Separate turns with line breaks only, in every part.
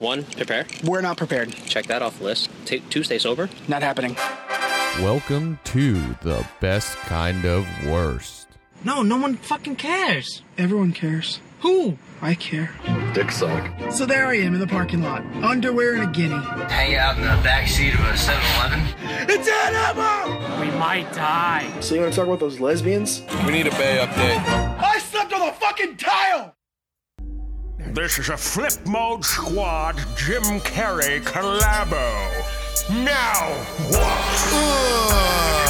One, prepare.
We're not prepared.
Check that off the list. T- two, stay sober.
Not happening.
Welcome to the best kind of worst.
No, no one fucking cares.
Everyone cares.
Who?
I care.
Dick suck.
So there I am in the parking lot, underwear and a guinea.
hang out in the back seat of a 7-Eleven.
We might die.
So you want to talk about those lesbians?
We need a bay update.
This is a Flip Mode Squad Jim Carrey collabo. Now what?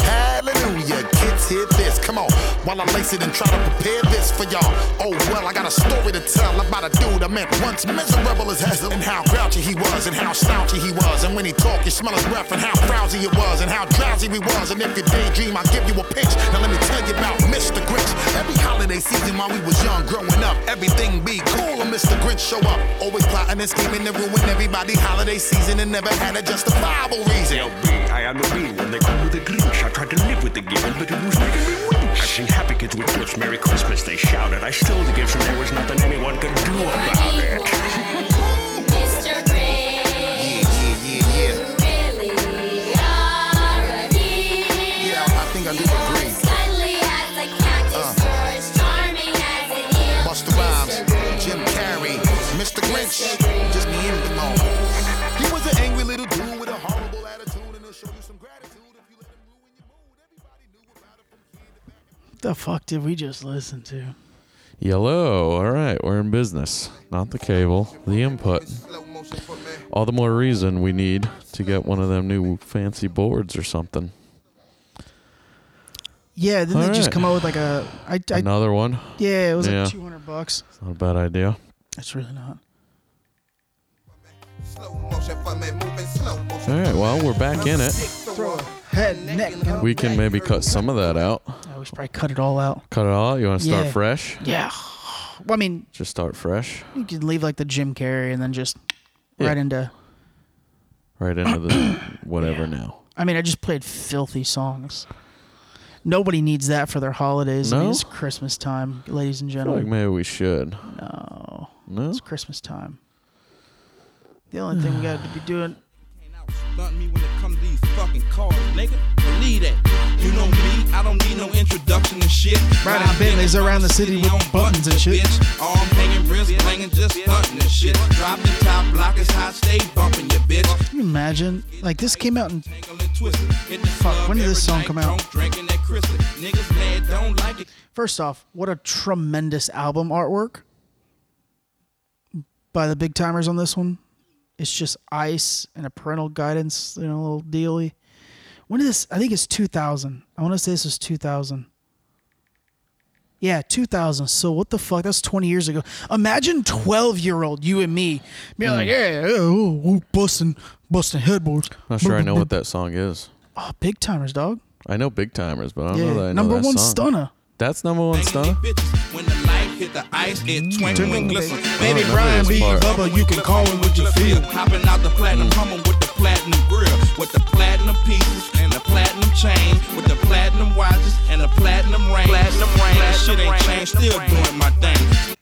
Hallelujah, kids, hear this. Come on, while I lace it and try to prepare this for y'all. Oh well, I got a story to tell about a dude I met once, miserable as hell, and how grouchy he was, and how slouchy he was, and when he talked, you smell his breath, and how frowsy it was, and how drowsy we was, and if you daydream, I'll give you a pitch. Now let me tell you about Mr. Grinch. Every holiday season while we was young, growing up, everything be cool, and Mr. Grinch show up, always plotting and scheming to ruin everybody holiday season, and never had a justifiable reason.
I am a real one. They call me the Grinch. I tried to live with the given, but it was making me winch. I've seen happy kids with gifts. Merry Christmas, they shouted. I stole the gifts, and there was nothing anyone could do about it.
Mr. Gray,
Yeah, yeah, yeah, yeah.
really are a diva.
Yeah, I think I do agree.
Cuddly as a
Uh.
cactus, George Charming as an eel.
Busta Rhymes, Jim Carrey, Mr. Grinch, just me and him alone. He was an angry little dude with a horrible attitude, and he'll show you some gratitude if you let him ruin your mood. Everybody knew about it from kid to back.
The fuck did we just listen to?
Yellow. All right, we're in business. Not the cable, the input. All the more reason we need to get one of them new fancy boards or something.
Yeah, then they just
Alright.
come out with like a. I, I,
Another one.
yeah, it was
Yeah.
like 200 bucks.
Not a bad idea.
It's really not.
All right, well, we're back in it.
Head, neck. and-
We can maybe cut some of that out.
Yeah, we should probably cut it all out.
Cut it all. You want to start
Yeah.
fresh?
Yeah. Well, I mean,
Just start fresh.
you could leave like the Jim Carrey and then just
Yeah.
right into.
Right into the whatever now.
I mean, I just played filthy songs. Nobody needs that for their holidays. I mean,
No?
it's Christmas time, ladies and
I feel like
gentlemen.
maybe we should. No. No.
It's Christmas time. The only thing we got to be doing.
Stunt me when it come to these fucking cars, nigga. Believe that. You know me, I don't need no introduction and shit.
Riding Bentleys around the city with buttons and shit.
Bitch. Arm hanging, wrist blinging, just stunting and shit. Drop the top, block is hot, stay bumping your bitch.
Can you imagine? Like this came out in
Fuck,
when did this song come out?
Drinking that Chrisley. Niggas mad, don't like it.
First off, what a tremendous album artwork by the big timers on this one. It's just ice and a parental guidance, you know, little dealy. When is this? I think it's 2000. I want to say this was 2000. Yeah, 2000. So what the fuck? That's 20 years ago. Imagine 12 year old you and me
Hmm.
being like, yeah, yeah, ooh, ooh, busting, busting headboards.
Not sure I know what that song is.
Oh, big timers, dog.
I know Big Timers, but I don't know that I
Yeah,
know
number
that
one
song.
stunner.
That's number one stunner.
Banging these bitches. When the light hit the ice,
Mm.
it twinkle and glisten.
I
Baby
don't
Brian
remember
be
this
a
part.
Bubba, you can call him what you feel. Hopping out the platinum,
Mm.
humming with the platinum grill, with the platinum pieces and the platinum chain, with the platinum watches and the platinum ring. Platinum ring, that shit ain't changed, still doing my thing.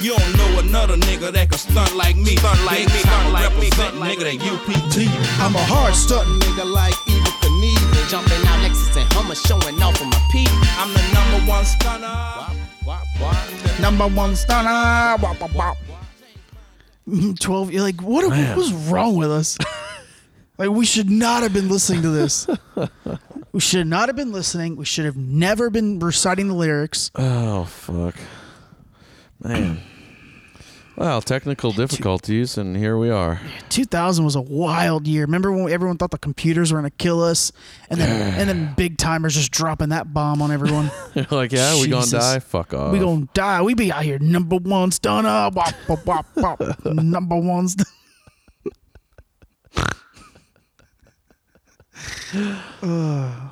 You don't know another nigga that can stunt like me. Stunt like me, stunt like me, stunt nigga that UPT.
I'm a hard stunner.
nigga like Eva Knievel. Jumping out Lexus and Hummer, showing off for my peep. I'm the number one stunner.
Number one stunner. Wop, wop, wop. 12. You're like, what, what was wrong with us? like, we should not have been listening to this. we should not have been listening. We should have never been reciting the lyrics.
Oh fuck, man. Well, technical difficulties, and here we are.
2000 was a wild year. Remember when everyone thought the computers were going to kill us? And then, and then big timers just dropping that bomb on everyone.
like, yeah, we gonna
Jesus.
die? Fuck off.
we going to die. We be out here number one stunner. Wop, wop, wop, wop. number one stunner.
Oh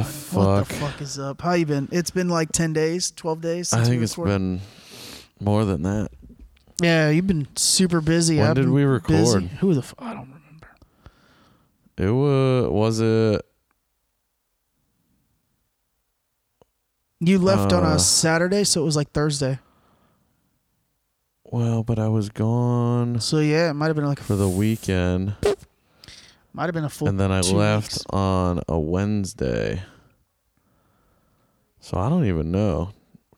What
fuck.
the fuck is up? How you been? It's been like ten days, twelve days. Since
I think
we
it's
recorded.
been more than that.
Yeah, you've been super busy.
When
I've
did
been
we
busy.
record?
Who the fuck? I don't remember.
It was was it
You left on
Uh,
a Saturday, so it was like Thursday.
Well, but I was gone.
So yeah, it might have been like
for the weekend,
Might have been a full.
and then I
two
left
weeks.
on a Wednesday. So I don't even know.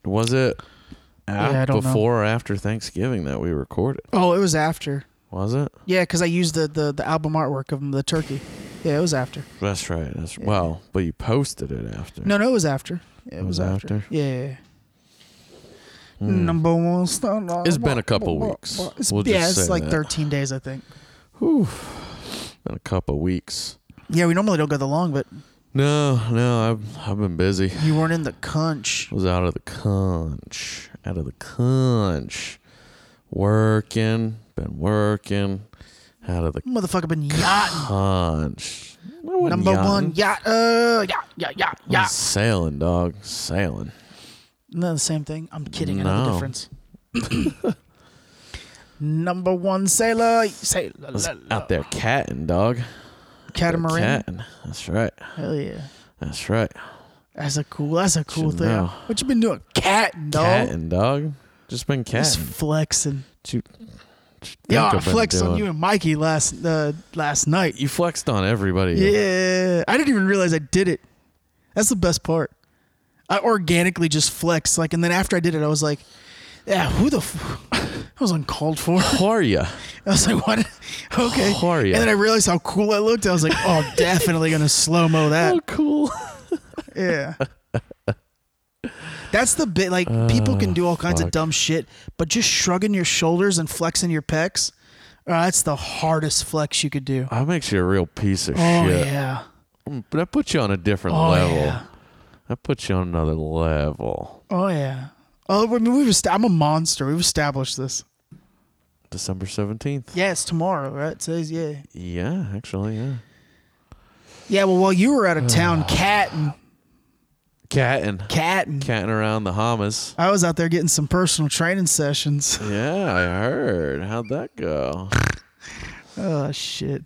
Was it af-
Yeah, I don't know.
before or after Thanksgiving that we recorded?
Oh, it was after.
Was it?
Yeah, because I used the, the the album artwork of the turkey. Yeah, it was after.
That's right. That's well, but you posted it after.
No, no, it was after. Yeah, it was,
Was it
after.
after? Hmm.
Yeah. yeah, yeah. Number one star.
It's been a couple weeks.
It's-
We'll
yeah,
just
it's
say
like
that.
13 days, I think.
Been a couple weeks.
Yeah, we normally don't go that long, but
No, no, I've I've been busy.
you weren't in the cunch.
was out of the conch, out of the conch, working, been working, out of the
Motherfucker been yachting.
conch. I wasn't
Number
yachting.
one yacht. Uh, yacht, yacht, yacht,
I was
yacht.
sailing, dog, sailing.
No, the same thing. I'm kidding. I know
No.
the difference. Number one sailor, sailor,
I
la,
was
la,
out there catting, dog.
catamaran.
Catting. That's right.
Hell yeah,
That's right.
that's a cool. That's a cool
Should
thing.
know.
What you been doing? Catting, dog.
Catting, dog. Just been
Just
catting.
flexing.
What you- what you
Yeah,
think
I
I've been
flexed on
doing?
you and Mikey last uh, last night.
You flexed on everybody.
Yeah, I didn't even realize I did it. That's the best part. I organically just flexed, like, and then after I did it, I was like, "Yeah, who the? F- I was uncalled for."
Who are you?
I was like, what? Okay.
How are ya?
And then I realized how cool I looked. I was like, oh, definitely going to slow mo that.
cool.
Yeah. That's the bit. Like, people can do all kinds of
Uh, fuck.
dumb shit, but just shrugging your shoulders and flexing your pecs, uh, that's the hardest flex you could do.
That makes you a real piece of
Oh,
shit.
yeah.
But that puts you on a different
Oh,
level.
yeah.
That puts you on another level.
Oh, yeah. Oh, I mean, we've est- I'm a monster. We've established this.
December 17th.
Yeah, it's tomorrow, right? Today's, yeah.
Yeah, actually, yeah.
Yeah, well, while you were out of town catting,
Catting.
catting,
Catting around the Hamas.
I was out there getting some personal training sessions.
Yeah, I heard. How'd that go?
oh shit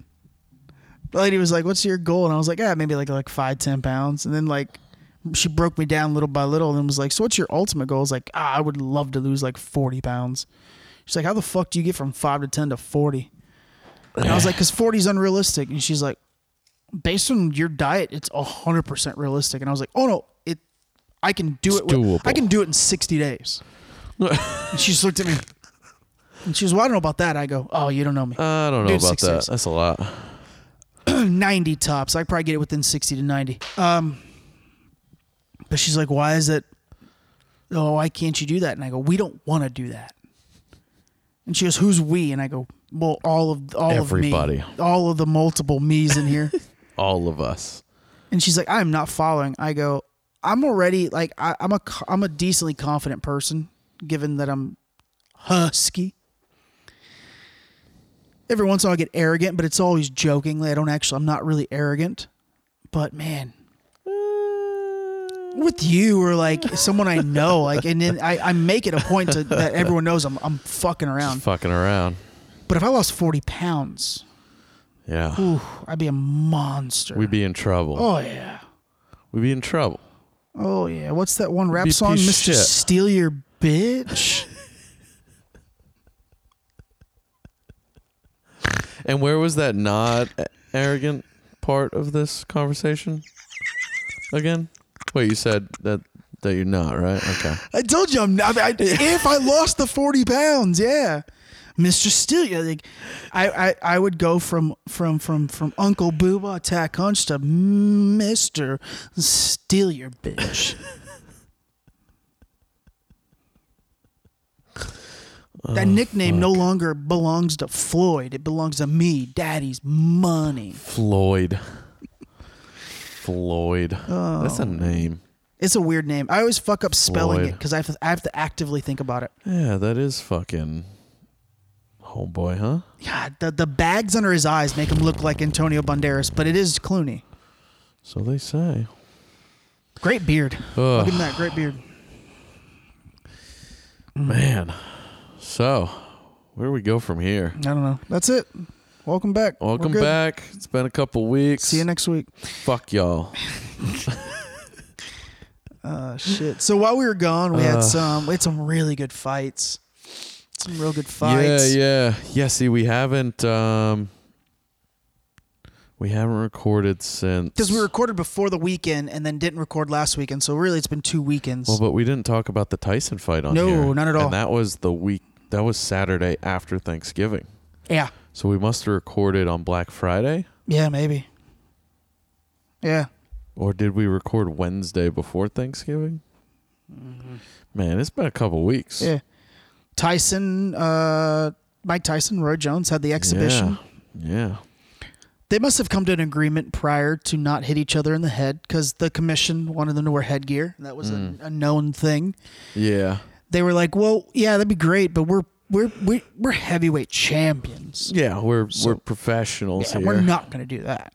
the lady was like what's your goal and i was like yeah maybe like like five ten pounds and then like she broke me down little by little and was like so what's your ultimate goal i was like ah, i would love to lose like 40 pounds she's like how the fuck do you get from 5 to 10 to 40 and i was like because 40 is unrealistic and she's like based on your diet it's 100% realistic and i was like oh no it i can do
It's
it with-
doable.
i can do it in 60 days and she just looked at me and she was well i don't know about that i go oh you don't know me
I don't know
Dude,
about
six
that.
years.
That's a lot.
90 tops. I could probably get it within 60 to 90. Um, but she's like, why is it? Oh, why can't you do that? And I go, we don't want to do that. And she goes, who's we? And I go, well, all of all
Everybody.
of me, all of the multiple me's in here.
All of us.
and she's like, I am not following. I go, I'm already like, I, I'm a co- I'm a decently confident person, given that I'm husky. Every once in a while, I get arrogant, but it's always jokingly. I don't actually. I'm not really arrogant, but man, with you or like someone I know, like, and then I, I make it a point to that everyone knows I'm I'm fucking around.
Fucking around.
But if I lost forty pounds,
Yeah.
ooh, I'd be a monster.
We'd be in trouble.
oh yeah.
We'd be in trouble.
Oh yeah, what's that one rap
Be a
song,
piece of
Mister
shit.
Steal Your Bitch?
And where was that not arrogant part of this conversation? Again? Wait, you said that that you're not, right? Okay.
I told you I'm not. I, if I lost the forty pounds, yeah, Mister Steal Your. Like, I, I I would go from from from from Uncle Booba Attack Hunch to Mister Steal Your Bitch.
Oh,
That nickname no longer belongs to Floyd. It belongs to me, Daddy's money.
Floyd. Floyd.
Oh.
That's a name.
It's a weird name. I always fuck up spelling it
Floyd.
because I have, to, I have to actively think about it.
Yeah, that is fucking homeboy, huh?
God, the, the bags under his eyes make him look like Antonio Banderas, but it is Clooney.
So they say.
Great beard. I'll give him that. Great beard. Mm.
Man. So, where do we go from here?
I don't know. That's it. Welcome back. We're
Welcome
good.
back. It's been a couple weeks.
See you next week.
Fuck y'all.
Uh, shit. So while we were gone, we had some we had some really good fights. Some real good fights.
Yeah, yeah, yeah. See, we haven't um, we haven't recorded since
Because we recorded before the weekend and then didn't record last weekend, so really it's been two weekends.
Well, but we didn't talk about the Tyson fight on
No,
here.
not at all.
And that was the week. That was Saturday after Thanksgiving.
yeah,
So we must have recorded on Black Friday,
yeah, maybe. Yeah,
or did we record Wednesday before Thanksgiving? Man, it's been a couple weeks.
Mm-hmm. yeah. Tyson, uh, Mike Tyson, Roy Jones had the exhibition.
Yeah. yeah.
They must have come to an agreement prior to not hit each other in the head because the commission wanted them to wear headgear. That was a, a known thing.
Yeah.
They were like, "Well, yeah, that'd be great, but we're we're we're, we're heavyweight champions.
Yeah, we're we're professionals
and
here.
we're not going to do that."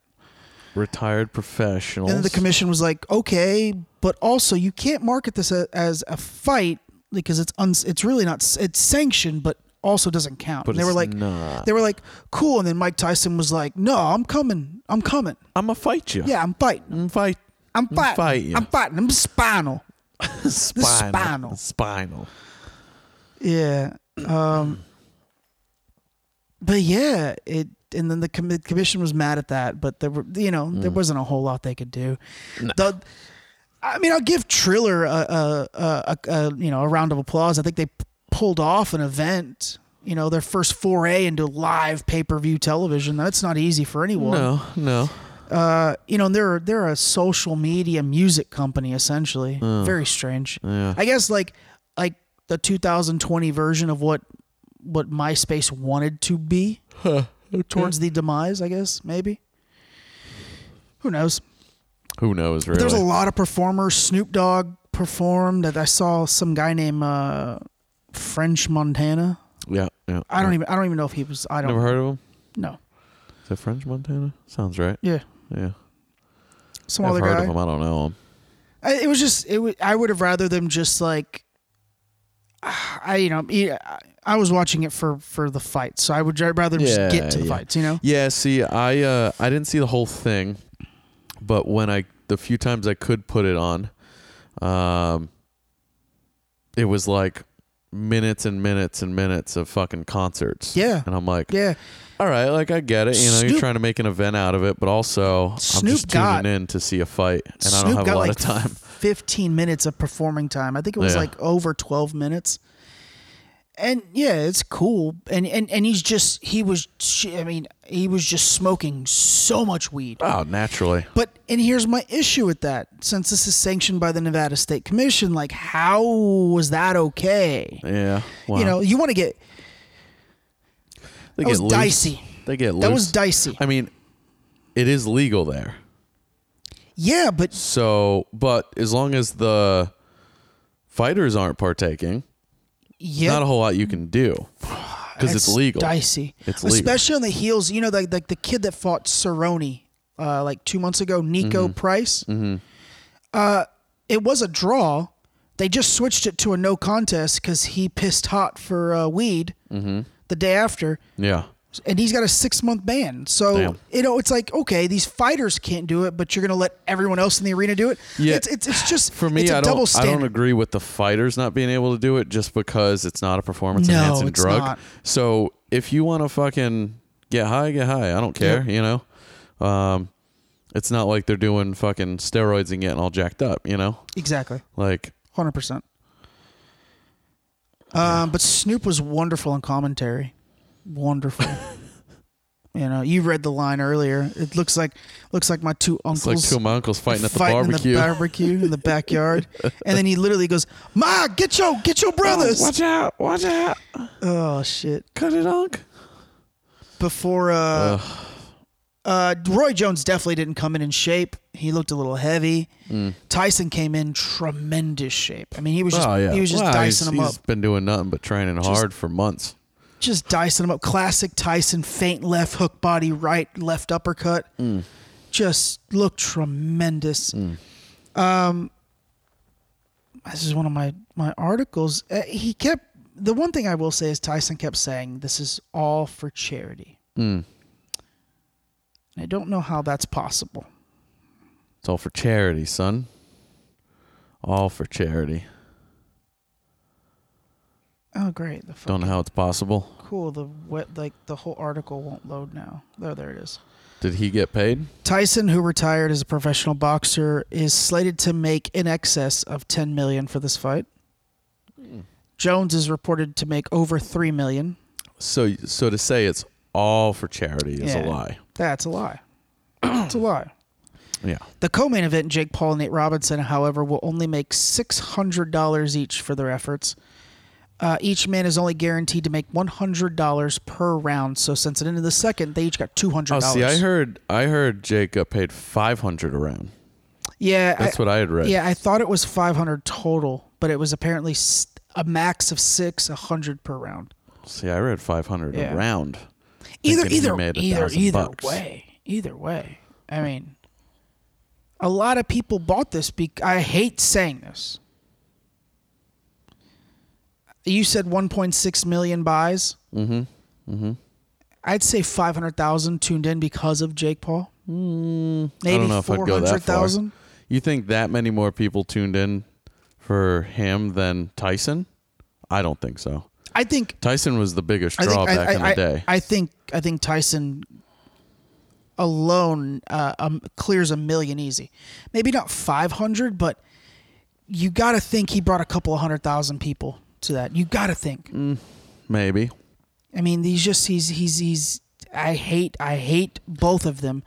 retired professionals.
And then the commission was like, "Okay, but also you can't market this a, as a fight because it's uns it's really not s- it's sanctioned, but also doesn't count."
But
and they were
it's
like,
not.
"They were like, cool." And then Mike Tyson was like, "No, I'm coming. I'm coming.
I'm gonna fight you.
Yeah, I'm fighting.
I'm fight.
I'm
I'm
fighting.
fight you.
I'm fighting. I'm spinal." spinal.
spinal. Spinal.
Yeah. Um. But yeah, it and then the com- commission was mad at that, but there were you know there wasn't a whole lot they could do. The, I mean, I'll give Triller a, a, a, a, a you know a round of applause. I think they p- pulled off an event. You know, their first foray into live pay per view television. That's not easy for anyone.
No, no.
You know, and they're they're a social media music company essentially. Very strange.
Oh. Yeah.
I guess like like the 2020 version of what what MySpace wanted to be towards the demise. I guess maybe. Who knows?
Who knows, really?
There's a lot of performers. Snoop Dogg performed. I saw some guy named uh, French Montana.
Yeah, yeah.
I don't even. I don't even know if he was. I don't
Never heard of him.
know.
Is that French Montana? Sounds right.
Yeah,
Yeah.
some
I've
other
heard
guy.
of him. I don't know him.
I, it was just. It. wa- I would have rather them just like. I you know e- I- I was watching it for for the fight, so I would rather just
Yeah,
get to the
yeah.
fights. You know.
Yeah. See, I uh, I didn't see the whole thing, but when I the few times I could put it on, um, it was like minutes and minutes and minutes of fucking concerts.
Yeah.
And I'm like,
Yeah.
All right, like I get it. You know, you're
Snoop-
trying to make an event out of it, but also I'm
Snoop
just
got-
tuning in to see a fight, and I don't
Snoop
have
got
a lot
like
of time.
15 minutes of performing time. I think it was
Yeah.
like over 12 minutes. And yeah, it's cool. And and and he's just he was sh- I mean, he was just smoking so much weed.
Oh, naturally.
But and here's my issue with that. Since this is sanctioned by the Nevada State Commission, like how was that okay?
Yeah. Wow.
You know, you want to get
they
that was
loose.
dicey.
They get loose.
That was dicey.
I mean, it is legal there.
Yeah, but
So, but as long as the fighters aren't partaking,
yeah.
not a whole lot you can do because it's
That's
legal.
Dicey.
It's legal.
Especially on the heels. You know, like like the kid that fought Cerrone uh, like two months ago, Nico
Mm-hmm.
Price. Uh, it was a draw. They just switched it to a no contest because he pissed hot for uh, weed
Mm-hmm.
the day after,
Yeah.
and he's got a six month ban. So
Damn.
you know, it's like okay, these fighters can't do it, but you're gonna let everyone else in the arena do it.
Yeah.
it's it's, it's just
For me,
it's a
I
double
don't. I
standard.
don't agree with the fighters not being able to do it just because it's not a performance
No,
enhancing
it's
drug.
not.
So if you want to fucking get high, get high. I don't care. You know, um, it's not like they're doing fucking steroids and getting all jacked up. You know,
Exactly.
like
Hundred percent. Um, but Snoop was wonderful in commentary. Wonderful. you know, you read the line earlier. It looks like looks like my two
it's
uncles
like two of my uncles fighting at the
fighting
barbecue.
in the barbecue in the backyard. and then he literally goes, "Ma, get your get your brothers."
Oh, Watch out! Watch out!
Oh, shit.
Cut it, Unc.
Before uh, uh, Roy Jones definitely didn't come in in shape. He looked a little heavy. Tyson came in tremendous shape. I mean, he was just
Hmm. oh yeah,
he was just
Well,
dicing
he's,
them up.
He's been doing nothing but training hard for months.
just dicing him up. Classic Tyson, faint left hook body, right left uppercut. Just looked tremendous. Um, this is one of my my articles. Uh, he kept the one thing I will say is Tyson kept saying this is all for charity. I don't know how that's possible.
It's all for charity, son. All for charity.
Oh, great. The
Don't know how it's possible.
cool. The web, like the whole article won't load now. There, there it is.
Did he get paid?
Tyson, who retired as a professional boxer, is slated to make in excess of 10 million for this fight. Jones is reported to make over 3 million.
So so to say it's all for charity is
Yeah.
a lie.
That's a lie. It's a lie.
Yeah.
The co-main event, Jake Paul and Nate Robinson, however, will only make six hundred dollars each for their efforts. Uh, each man is only guaranteed to make one hundred dollars per round. So since it ended the second, they each got two hundred
Oh,
dollars.
see, I heard I heard Jake got paid five hundred around.
Yeah,
That's what I had read.
Yeah, I thought it was five hundred total, but it was apparently s- a max of six, a hundred per round.
See, I read five hundred
Yeah.
around.
Either,
thinking he
either,
made a
either,
thousand
either
bucks.
way, either way. I mean, a lot of people bought this. Be- I hate saying this. You said 1.6 million buys.
Mm-hmm. Mm-hmm.
I'd say 500,000 tuned in because of Jake Paul. Mm,
I
Maybe
don't know if I'd go that far.
400,000.
You think that many more people tuned in for him than Tyson? I don't think so.
I think
Tyson was the biggest
I think,
draw
I,
back
I-
in the
I-
day.
I think I think Tyson alone uh, um, clears a million easy. Maybe not 500, but you got to think he brought a couple of hundred thousand people to that. You got to think.
Mm. Maybe.
I mean, he's just he's he's he's I hate I hate both of them,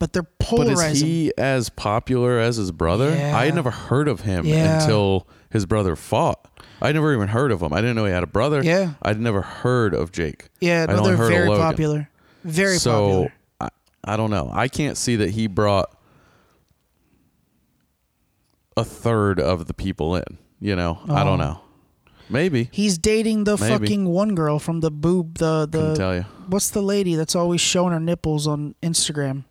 but they're
But
polarizing.
is he as popular as his brother?
Yeah.
I had never heard of him
Yeah.
until his brother fought. I never even heard of him. I didn't know he had a brother.
Yeah.
I'd never heard of Jake.
yeah,
I'd
but
only
they're
heard of
very
Logan.
popular. Very
so
popular.
I, I don't know. I can't see that he brought a third of the people in. You know, I
Oh.
don't know. Maybe.
He's dating the
Maybe.
fucking one girl from the boob the the
Couldn't tell you.
what's the lady that's always showing her nipples on Instagram?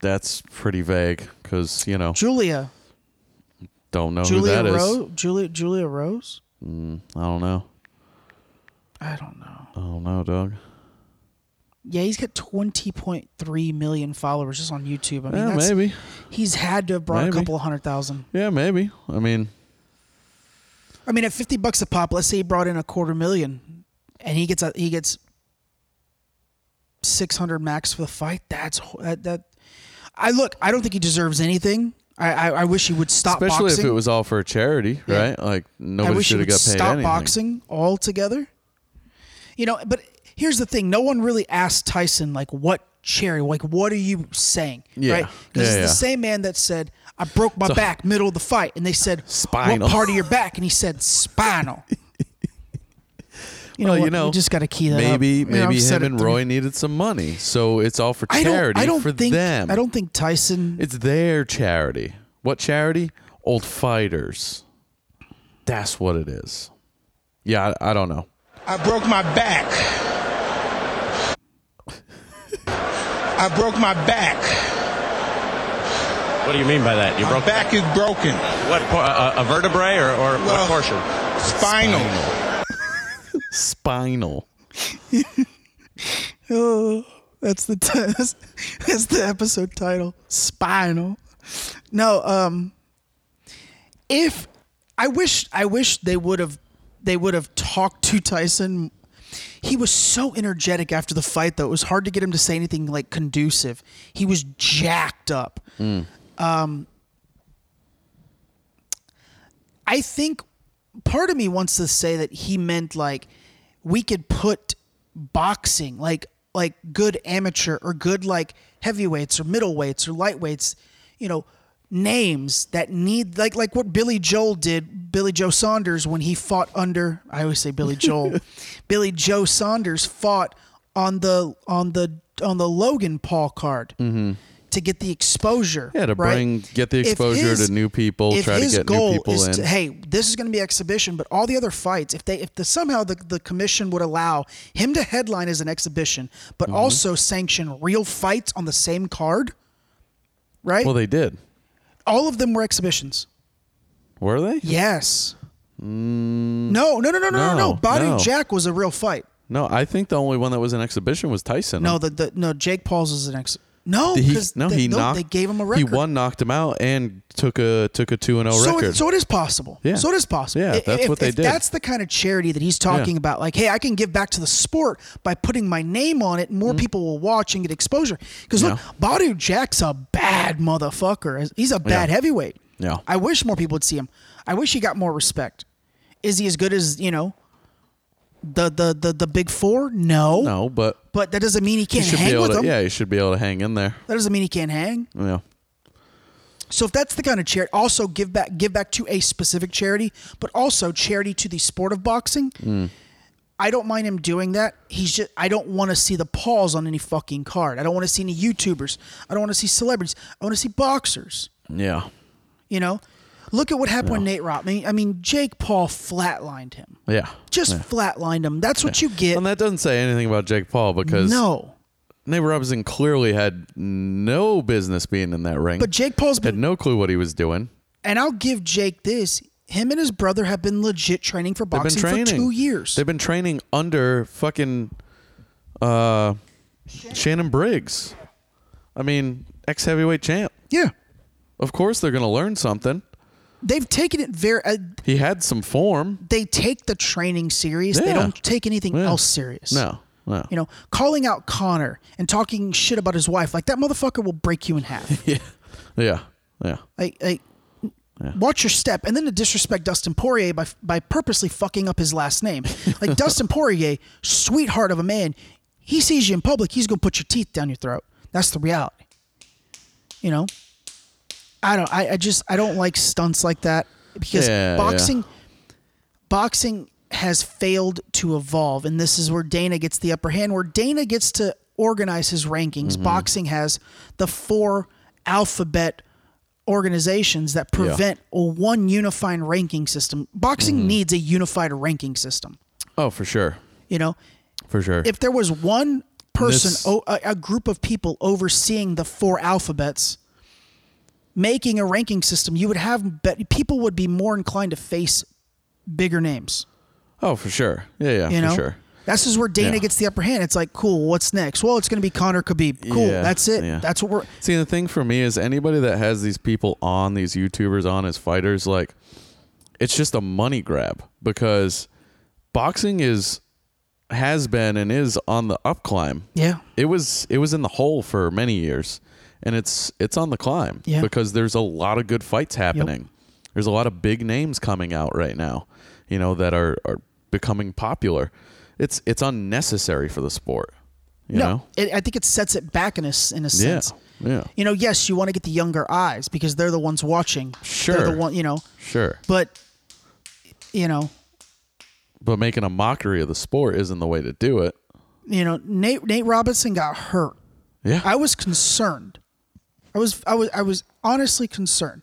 That's pretty vague because, you know,
Julia.
don't know
Julia
Oh, who that is.
Rose. Julia Julia Rose.
Mm, I don't know.
I don't know.
I don't know, dog.
Yeah, he's got twenty point three million followers just on YouTube. I mean,
Yeah,
that's,
maybe.
he's had to have brought
Maybe.
a couple of hundred thousand.
Yeah, maybe. I mean,
I mean, at fifty bucks a pop, let's say he brought in a quarter million, and he gets a, he gets six hundred max for the fight. That's ho- that that. I look. I don't think he deserves anything. I I, I wish he would stop.
especially
boxing.
if it was all for a charity,
Yeah.
right? Like
I
nobody
wish he
should have
would
got paid
stop
anything.
boxing altogether. You know, but here's the thing: no one really asked Tyson like, "What cherry? Like, what are you saying?"
Yeah.
Right? Because it's
Yeah, yeah.
the same man that said, "I broke my
So-
back middle of the fight," and they said,
Spinal.
"What part of your back?" And he said, "Spinal." You know,
Well,
what?
you know,
we just got to key that up.
maybe
You know, I've
maybe
said
him
it
and
three-
Roy needed some money, so it's all for
I don't,
charity
I don't
for
think,
them.
I don't think Tyson.
It's their charity. What charity? Old fighters. That's what it is. Yeah, I, I don't know.
I broke my back. I broke my back.
What do you mean by that? You
My
broke
back is broken.
what? por- A, a vertebrae or, or
Well-
what portion?
Spinal.
Spinal.
Oh, that's the t- that's, that's the episode title. Spinal. No, um if I wish I wish they would have they would have talked to Tyson. He was so energetic after the fight though. It was hard to get him to say anything like conducive. He was jacked up. Um I think part of me wants to say that he meant like we could put boxing like like good amateur or good like heavyweights or middleweights or lightweights, you know, names that need like like what Billy Joel did, Billy Joe Saunders when he fought under I always say Billy Joel. Billy Joe Saunders fought on the on the on the Logan Paul card to get the exposure.
Yeah, to
right?
bring get the
If
exposure
his-
to new people,
if
try to
his
get
goal
new people
is
in.
To, hey, this is going to be exhibition, but all the other fights, if they if the somehow the, the commission would allow him to headline as an exhibition, but
Mm-hmm.
also sanction real fights on the same card, right?
well, they did.
all of them were exhibitions.
Were they?
Yes. no, no, no, no, no, no, no.
Mm, no,
Body
no.
Jack was a real fight.
No, I think the only one that was an exhibition was Tyson.
No, the, the no Jake Paul's is an ex. No,
He,
'cause
no,
they,
he
no,
knocked.
They gave him a
He
record.
won, knocked him out, and took a took a two and zero
so,
record.
it, so it is possible.
Yeah.
So it is possible.
Yeah,
If-
that's
if-
what they
if
did.
That's the kind of charity that he's talking
Yeah.
about. Like, hey, I can give back to the sport by putting my name on it.
Mm-hmm.
More people will watch and get exposure. Because look, Badu Jack's a bad motherfucker. He's a bad
Yeah.
heavyweight.
Yeah.
I wish more people would see him. I wish he got more respect. Is he as good as you know? The the the, the big four? No.
no, but
But that doesn't mean he
he
can't
should be
hang
able
with
to.
them.
Yeah, he should be able to hang in there.
That doesn't mean he can't hang.
Yeah.
So if that's the kind of charity, also give back give back to a specific charity, but also charity to the sport of boxing.
Mm.
I don't mind him doing that. He's just I don't want to see the pause on any fucking card. I don't want to see any YouTubers. I don't want to see celebrities. I want to see boxers.
Yeah.
You know, look at what happened with Nate Robney. I mean, Jake Paul flatlined him.
Yeah.
Just
yeah.
flatlined him. That's what you get.
And that doesn't say anything about Jake Paul because
No.
Nate Robinson clearly had no business being in that ring.
But Jake Paul's been-
had no clue what he was doing.
And I'll give Jake this. Him and his brother have been legit training for
They've been
boxing
training
for two years.
They've been training under fucking uh, Shannon Briggs. I mean, ex heavyweight champ.
Yeah.
Of course, they're gonna learn something.
They've taken it very. Uh,
He had some form.
they take the training serious. They
Yeah.
don't take anything
Yeah.
else serious.
No, no.
You know, calling out Connor and talking shit about his wife, like that motherfucker will break you in half.
yeah, yeah, yeah.
like, like watch your step. And then to disrespect Dustin Poirier by by purposely fucking up his last name. Like Dustin Poirier, sweetheart of a man, he sees you in public, he's gonna put your teeth down your throat. That's the reality. You know, I don't. I, I just I don't like stunts like that because
Yeah, yeah.
boxing, boxing has failed to evolve, and this is where Dana gets the upper hand. Where Dana gets to organize his rankings,
Mm-hmm.
Mhm.
boxing has the four alphabet organizations that
Yeah.
prevent a one unifying ranking system. Boxing
Mhm.
needs a unified ranking system.
Oh, for sure,
You know,
for sure.
if there was one person,
This-
o- a, a group of people overseeing the four alphabets, making a ranking system, you would have bet people would be more inclined to face bigger names.
oh, for sure. Yeah, yeah,
you know,
for sure.
this is where Dana
Yeah.
gets the upper hand. It's like, cool, what's next? Well, it's going to be Connor Khabib. Cool,
Yeah,
that's it.
yeah.
That's what we're.
See, the thing for me is anybody that has these people on, these YouTubers on as fighters, like, it's just a money grab because boxing is has been and is on the up climb.
Yeah.
It was it was in the hole for many years and it's it's on the climb
Yeah.
because there's a lot of good fights happening. There's a lot of big names coming out right now, you know, that are are becoming popular. It's it's unnecessary for the sport, you
no,
know.
it, I think it sets it back in a s- in a sense.
Yeah. Yeah.
You know, yes, you want to get the younger eyes because they're the ones watching. They're
Sure.
the one, you know.
Sure.
But you know,
but making a mockery of the sport isn't the way to do it.
you know, Nate Nate Robinson got hurt.
Yeah.
I was concerned. I was I was I was honestly concerned.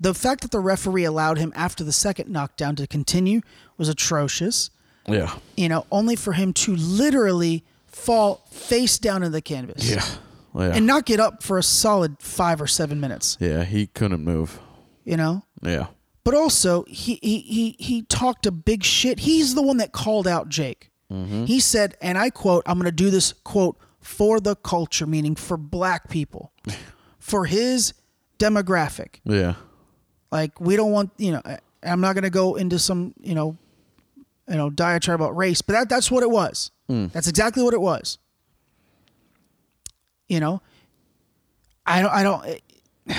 The fact that the referee allowed him after the second knockdown to continue was atrocious.
Yeah.
You know, only for him to literally fall face down in the canvas.
Yeah. Yeah.
And not get up for a solid 5 or 7 minutes,
yeah, he couldn't move.
you know?
Yeah.
But also, he he he he talked a big shit. He's the one that called out Jake.
Mhm.
He said, and I quote, I'm going to do this quote for the culture, meaning for black people, for his demographic.
Yeah.
Like we don't want, you know, I- I'm not going to go into some, you know, you know, diatribe about race, but that that's what it was.
Mm.
That's exactly what it was. You know, I don't, I don't, eh,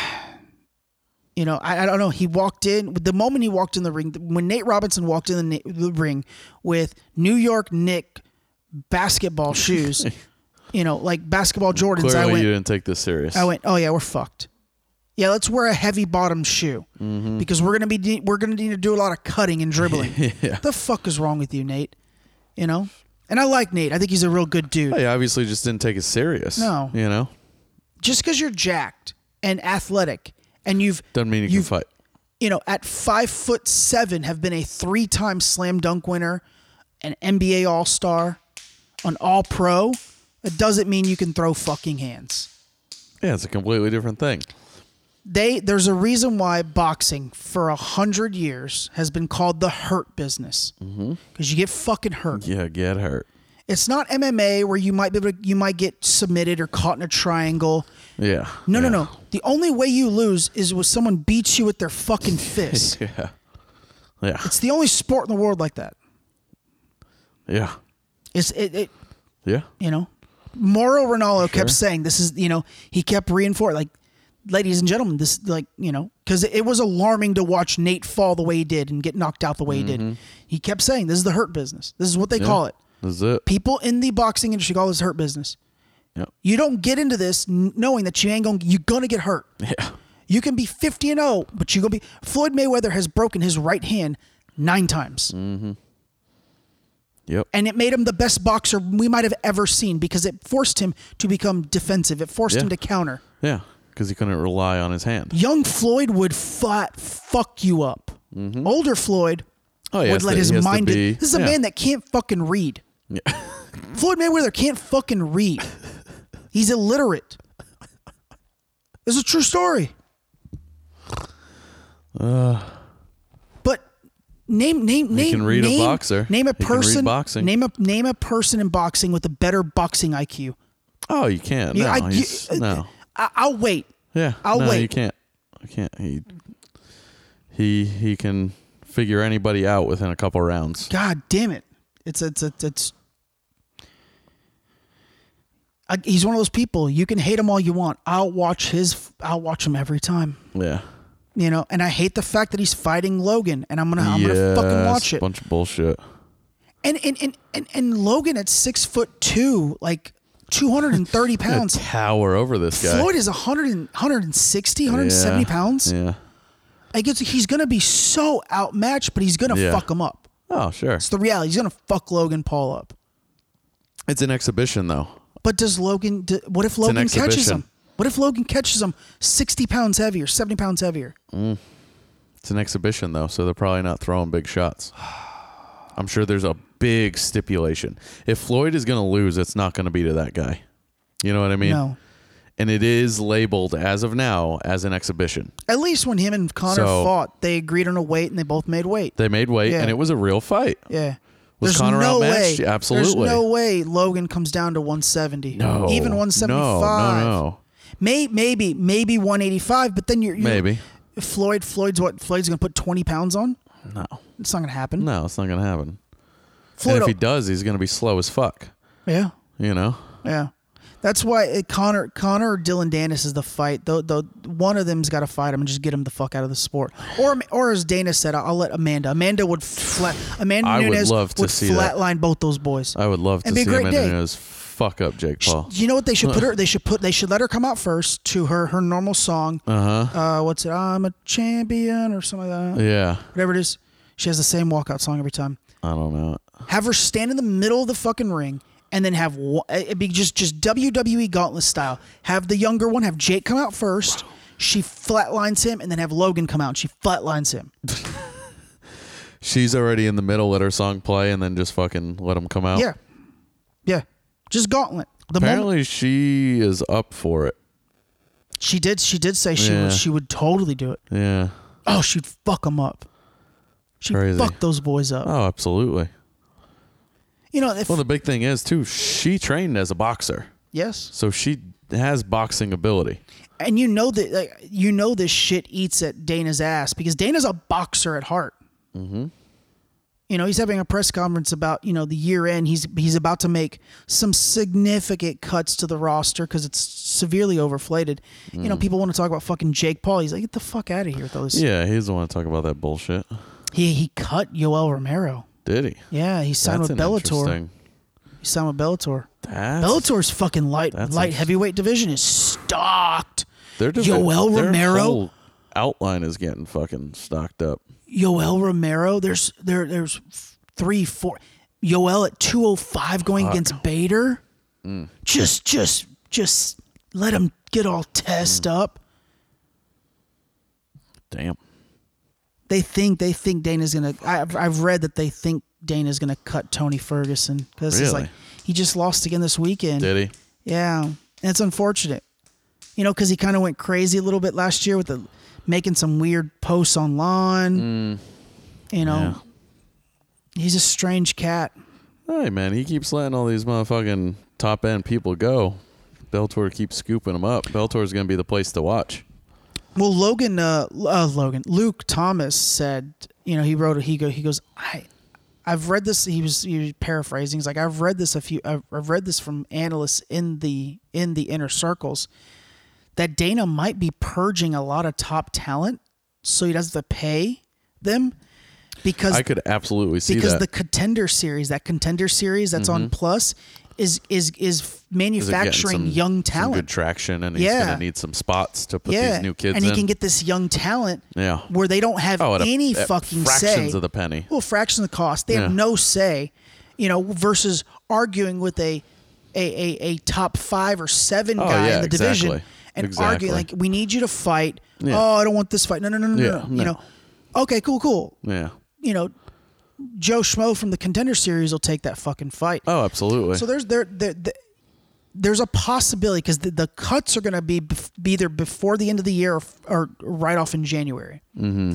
you know, I, I don't know. He walked in the moment he walked in the ring. When Nate Robinson walked in the, na- the ring with New York Nick basketball shoes, you know, like basketball Jordans,
Clearly,
I went,
you didn't take this serious.
I went, oh yeah, we're fucked. Yeah, let's wear a heavy bottom shoe
Mhm.
because we're gonna be we're gonna need to do a lot of cutting and dribbling.
Yeah.
The fuck is wrong with you, Nate? You know, and I like Nate. I think he's a real good dude.
I obviously just didn't take it serious.
No.
You know,
Just because you're jacked and athletic and you've
doesn't mean you
You've-
can fight.
you know, at five foot seven, have been a three time slam dunk winner, an NBA All Star, an All Pro. It doesn't mean you can throw fucking hands.
Yeah, it's a completely different thing.
They there's a reason why boxing for a hundred years has been called the hurt business
Mm-hmm.
because you get fucking hurt.
Yeah, get hurt.
It's not MMA where you might be able to, you might get submitted or caught in a triangle.
Yeah.
No, no,
yeah.
no. The only way you lose is when someone beats you with their fucking fist.
yeah. Yeah.
It's the only sport in the world like that.
Yeah.
It's it, it
Yeah.
you know. Mauro Ronaldo
Sure.
kept saying this is you know he kept reinforcing like, ladies and gentlemen, this like you know because it was alarming to watch Nate fall the way he did and get knocked out the way he
Mhm.
did. He kept saying this is the hurt business. This is what they
Yeah.
call it.
This is it.
People in the boxing industry call this hurt business.
Yeah.
You don't get into this n- knowing that you ain't going to you're gonna get hurt.
Yeah.
You can be 50 and 0, but you're gonna be Floyd Mayweather has broken his right hand nine times.
Mm-hmm. Yep.
and it made him the best boxer we might have ever seen because it forced him to become defensive. It forced
Yeah.
him to counter.
Yeah. Because he couldn't rely on his hand.
Young Floyd would flat fuck you up. Older Floyd
Oh, he
would
has
let
to-
his
he has to
mind.
be-
this is a
yeah.
man that can't fucking read. Floyd Mayweather can't fucking read. He's illiterate. It's a true story.
Uh,
But name name
He
name
can read a
name-
boxer.
Name a
He can read
person
boxing.
Name a name a person in boxing with a better boxing IQ.
oh, you can't.
You-
No.
I- you-
he's- no.
I, I'll wait.
Yeah.
I'll
no,
wait.
You can't. I can't. He. He he can figure anybody out within a couple rounds.
God damn it! It's it's it's. it's I, he's one of those people you can hate him all you want. I'll watch his. I'll watch him every time.
Yeah.
You know, and I hate the fact that he's fighting Logan, and I'm gonna I'm gonna fucking
Yes,
watch it.
Bunch of bullshit.
And and and and, and Logan at six foot two, like 230
Gonna
pounds.
Tower over this guy.
Floyd is 100 and, 160, 170
Yeah,
pounds.
Yeah.
Like it's, he's gonna be so outmatched, but he's gonna
Yeah.
fuck him up.
Oh sure.
It's the reality. He's gonna fuck Logan Paul up.
It's an exhibition though.
But does Logan? Do, what if
an
Logan catches
exhibition.
him? What if Logan catches him sixty pounds heavier, seventy pounds heavier?
Mm. It's an exhibition though, so they're probably not throwing big shots. I'm sure there's a big stipulation. If Floyd is going to lose, it's not going to be to that guy. You know what I mean?
No.
And it is labeled as of now as an exhibition.
At least when him and Connor
So-
fought, they agreed on a weight and they both made weight.
They made weight,
Yeah.
and it was a real fight.
Yeah.
Was Conor
no
outmatched?
way.
Yeah, absolutely.
There's no way Logan comes down to 170.
No,
Even
no,
175.
no, no.
May, maybe maybe 185, but then you're, you're
Maybe.
Floyd Floyd's what Floyd's going to put 20 pounds on?
No.
It's not going to happen.
No, it's not going to happen.
Floyd
and if he
will-
does, he's going to be slow as fuck.
Yeah.
You know?
Yeah. That's why it, Connor Connor or Dylan Danis is the fight. Though though one of them's got to fight him and just get him the fuck out of the sport. Or or as Dana said, I'll let Amanda. Amanda would flat Amanda
I would
Nunes
love to
would
see that.
flatline both those boys.
I would love
It'd
to
be
see
a great
him
day.
and his fuck up Jake Paul.
You know what they should put her? They should put they should let her come out first to her her normal song.
Uh huh.
Uh, what's it? I'm a champion or something like that.
Yeah.
Whatever it is, she has the same walkout song every time.
I don't know.
Have her stand in the middle of the fucking ring and then have one- it be just just WWE Gauntlet style. Have the younger one have Jake come out first. She flatlines him and then have Logan come out and she flatlines him.
She's already in the middle. Let her song play, and then just fucking let him come out.
Yeah, yeah, just Gauntlet. The moment
Oh. Apparently, she is up for it.
she did, she did say she
Yeah.
was, she would totally do it.
Yeah.
Oh, she'd fuck them up. She'd
Crazy.
fuck those boys up.
Oh, absolutely.
You know, if
well, the big thing is too. She trained as a boxer,
yes,
so she has boxing ability.
and you know that like, you know this shit eats at Dana's ass because Dana's a boxer at heart.
Mm-hmm.
You know, he's having a press conference about you know the year end. He's he's about to make some significant cuts to the roster because it's severely overflated. You know,
Mm.
people want to talk about fucking Jake Paul. He's like, get the fuck out of here with those.
Yeah, he doesn't want to talk about that bullshit.
He he cut Yoel Romero.
Did he?
Yeah, he signed
That's
with
an
Bellator.
interesting-
He signed with Bellator.
That's-
Bellator's fucking light
that's
light
int-
heavyweight division is stocked.
Their divi-
Yoel
their
Romero.
whole outline is getting fucking stocked up.
Yoel Romero. There's there there's three four. Yoel at two oh five going
Fuck.
against Bader.
Mm.
Just just just let him get all test
Mm.
up.
Damn.
They think they think Dana's gonna. I, I've- I've read that they think Dana's gonna cut Tony Ferguson because he's
Really?
like he just lost again this weekend.
Did
Yeah, and it's unfortunate. You know, because he kind of went crazy a little bit last year with the making some weird posts online.
he? Mm.
You know, he's a strange cat.
Hey man, he keeps letting all these motherfucking top end people go. Bellator keeps scooping them up. Bellator's going to be the place to watch.
Well, Logan, uh, uh, Logan, Luke Thomas said, you know, he wrote, he go, he goes, I, I've read this. He was, he was paraphrasing. He's like, I've read this a few, I've, I've read this from analysts in the in the inner circles that Dana might be purging a lot of top talent, so he doesn't have to pay them because
I could absolutely see
because
that.
the contender series, that contender series that's on
Mhm.
Plus, is is is
'Cause they're getting
manufacturing
some-
young
Some good
talent.
traction, and he's
Yeah.
going to need some spots to put
yeah,
these new kids
and
in.
he can get this young talent
yeah.
where they don't have
Oh, at a-
any
at
fucking
fractions
say.
of the penny.
Well, fractions of the cost. They have
Yeah.
no say, you know, versus arguing with a a, a, a top five or seven
Oh,
guy
yeah,
in the division
exactly.
and
Exactly.
arguing like we need you to fight.
Yeah.
Oh, I don't want this fight. No, no, no, no,
Yeah,
no.
no.
You know, okay, cool, cool.
Yeah.
You know, Joe Schmo from the Contender Series will take that fucking fight.
Oh, absolutely.
So there's there, there, there- there's a possibility because the, the cuts are going to be, bef- be either before the end of the year or, f- or right off in January.
Mm-hmm.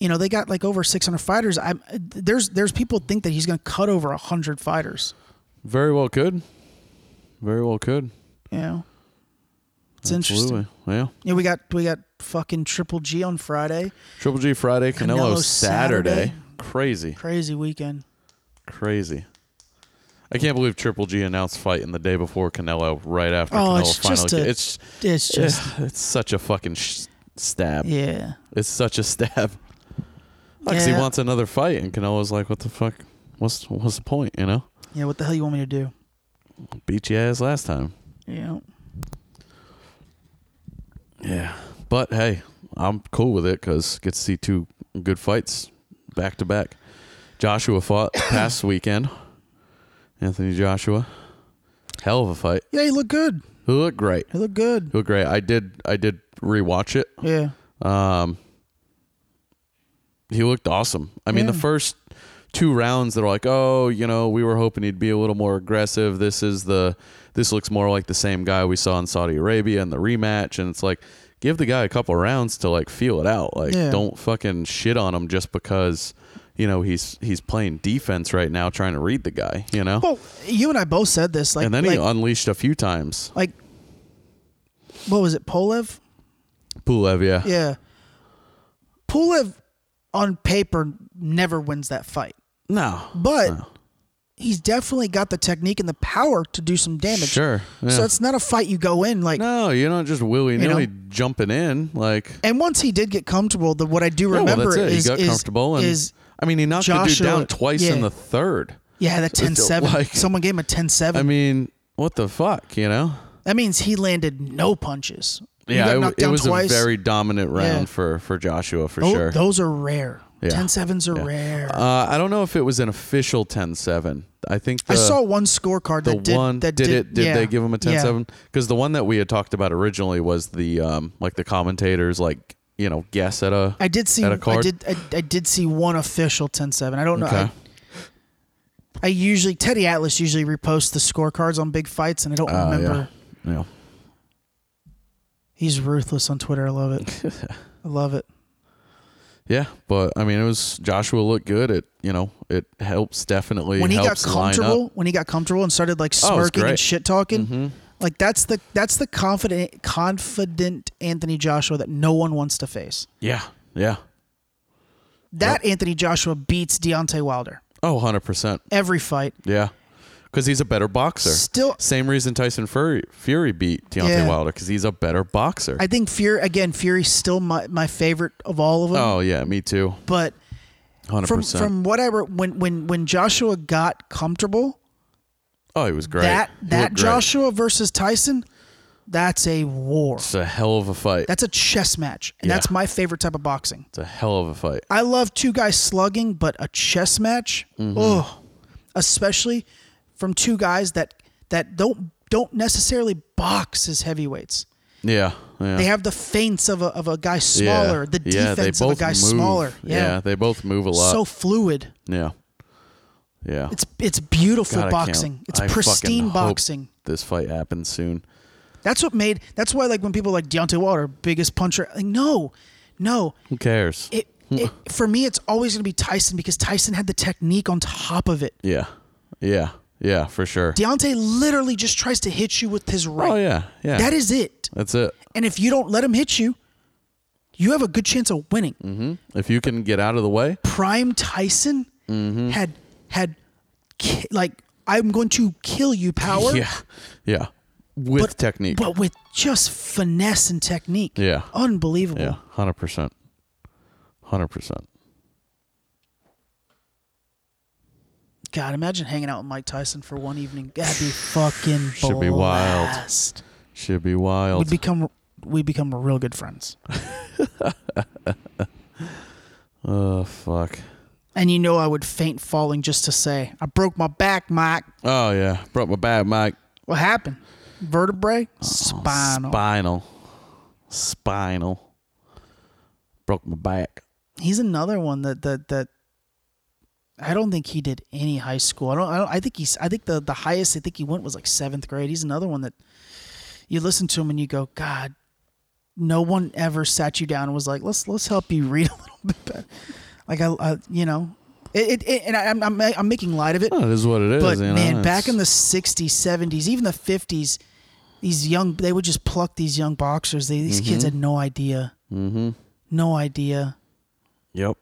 You know they got like over 600 fighters. I'm there's there's people think that he's going to cut over 100 fighters.
Very well could. Very well could.
You know it's
Absolutely.
interesting.
Yeah.
Yeah, we got we got fucking Triple G on Friday.
Triple G Friday, Canelo,
Canelo
Saturday.
Saturday.
Crazy.
Crazy weekend.
Crazy. I can't believe Triple G announced fighting the day before Canelo, right after
Oh,
Canelo
it's
finally.
just a-
get- it's
it's just-
it's such a fucking sh- stab.
Yeah.
it's such a stab. Because
Yeah.
he wants another fight, and Canelo's like, "What the fuck? What's what's the point? You know,
Yeah, what the hell you want me to do?
beat your ass last time."
Yeah.
Yeah, but hey, I'm cool with it because get to see two good fights back to back. Joshua fought past weekend. Anthony Joshua, hell of a fight.
Yeah, he looked good.
He looked great.
He looked good.
He looked great. I did. I did rewatch it.
Yeah.
Um, he looked awesome. I mean, the
Yeah.
first two rounds, they're like, oh, you know, we were hoping he'd be a little more aggressive. This is the, this looks more like the same guy we saw in Saudi Arabia in the rematch, and it's like, give the guy a couple rounds to like feel it out. Like,
Yeah.
don't fucking shit on him just because, you know, he's he's playing defense right now, trying to read the guy. You know,
Well, you and I both said this. Like,
and then he
like-
unleashed a few times.
like what was it, Polev?
Pulev, yeah,
Yeah. Pulev on paper never wins that fight.
No.
But he's definitely got the technique and the power to do some damage.
Sure, yeah.
So it's not a fight you go in like
No, you're not just willy nilly
You
jumping in like.
and once he did get comfortable, the what I do
Yeah, well,
remember
that's it.
is
he got
is-
comfortable and
is
I mean he knocked the dude
Joshua-
down twice in
yeah.
the third.
Yeah, that
So it's
10-7.
like-
Someone gave him a 10-7.
I mean, what the fuck, you know?
that means he landed no punches. He got
Yeah, it,
knocked
it
down
was
twice.
a very dominant round
Yeah.
for for Joshua for
Tho-
sure.
Those are rare.
Yeah.
10-7s are rare.
Uh, I don't know if it was an official 10-7. I think the,
I saw one scorecard
the
that did
one
that
did, it. Did
yeah.
they give him a 10-7?
Yeah.
Because the one that we had talked about originally was the um like the commentators like you know guess at a
I did see.
at a card.
I did. I, I did see one official 10-7. I don't know.
Okay.
I, I usually Teddy Atlas usually reposts the scorecards on big fights, and I don't
Uh,
remember.
yeah. yeah.
He's ruthless on Twitter. I love it. I love it.
Yeah, but I mean, it was Joshua looked good. It you know it helps definitely.
when he got
helps Line
comfortable,
up.
when he got comfortable and started like
Oh, it was
smirking
great. Mm-hmm.
and shit talking, like that's the that's the confident confident Anthony Joshua that no one wants to face.
Yeah, yeah.
That Anthony Joshua beats Deontay Wilder
Oh, 100 percent.
every fight.
Yeah, because he's a better boxer.
Still-
same reason Tyson Fury, Fury beat Deontay
Yeah.
Wilder because he's a better boxer.
I think Fury again. Fury's still my, my favorite of all of them.
oh yeah, me too.
but
100.
from
percent
from what I re- when when when Joshua got comfortable,
Oh, he was great.
that
He
that
looked great.
Joshua versus Tyson, that's a war.
It's a hell of a fight.
That's a chess match, and
Yeah.
that's my favorite type of boxing.
it's a hell of a fight.
I love two guys slugging, but a chess match,
Mhm.
oh, especially from two guys that that don't don't necessarily box as heavyweights.
Yeah, yeah.
They have the feints of a, of a guy smaller,
Yeah.
the
Yeah, they
defense of a
both
guy
move.
smaller. Yeah,
they both move a lot.
so fluid.
yeah, yeah.
It's it's beautiful
God, I can't-
boxing. It's
I fucking
pristine
hope
boxing.
This fight happens soon.
That's what made. That's why like when people are like Deontay Wilder, biggest puncher. Like no, no.
Who cares? Hmm.
It, it for me, it's always gonna be Tyson because Tyson had the technique on top of it.
yeah. Yeah. Yeah, for sure.
Deontay literally just tries to hit you with his right.
Oh yeah. Yeah.
That is it.
That's it.
And if you don't let him hit you, you have a good chance of winning.
hmm If you can get out of the way.
Prime Tyson
Mhm.
had had ki- like I'm going to kill you power,
Yeah. Yeah. With technique.
but with just finesse and technique.
yeah.
Unbelievable.
Yeah. Hundred percent. Hundred percent.
God, imagine hanging out with Mike Tyson for one evening. That'd be fucking
Should be wild.
blast.
Should be wild.
We'd become we become real good friends.
oh fuck.
and you know I would faint falling just to say, I broke my back, Mike.
Oh yeah. Broke my back, Mike.
What happened? Vertebrae?
Uh-huh.
Spinal.
Spinal. Spinal. Broke my back.
He's another one that that that I don't think he did any high school. I don't. I, don't, I think he's. I think the the highest I think he went was like seventh grade. He's another one that you listen to him and you go, God, no one ever sat you down and was like, let's let's help you read a little bit better. Like I, I you know, it, it, it and I, I'm, I'm I'm making light of it.
Oh, it is what it is.
But
you know,
man, back
it's-
in the '60s, '70s, even the '50s, these young they would just pluck these young boxers. They, these kids
Mhm.
had no idea,
Mm-hmm.
no idea.
Yep.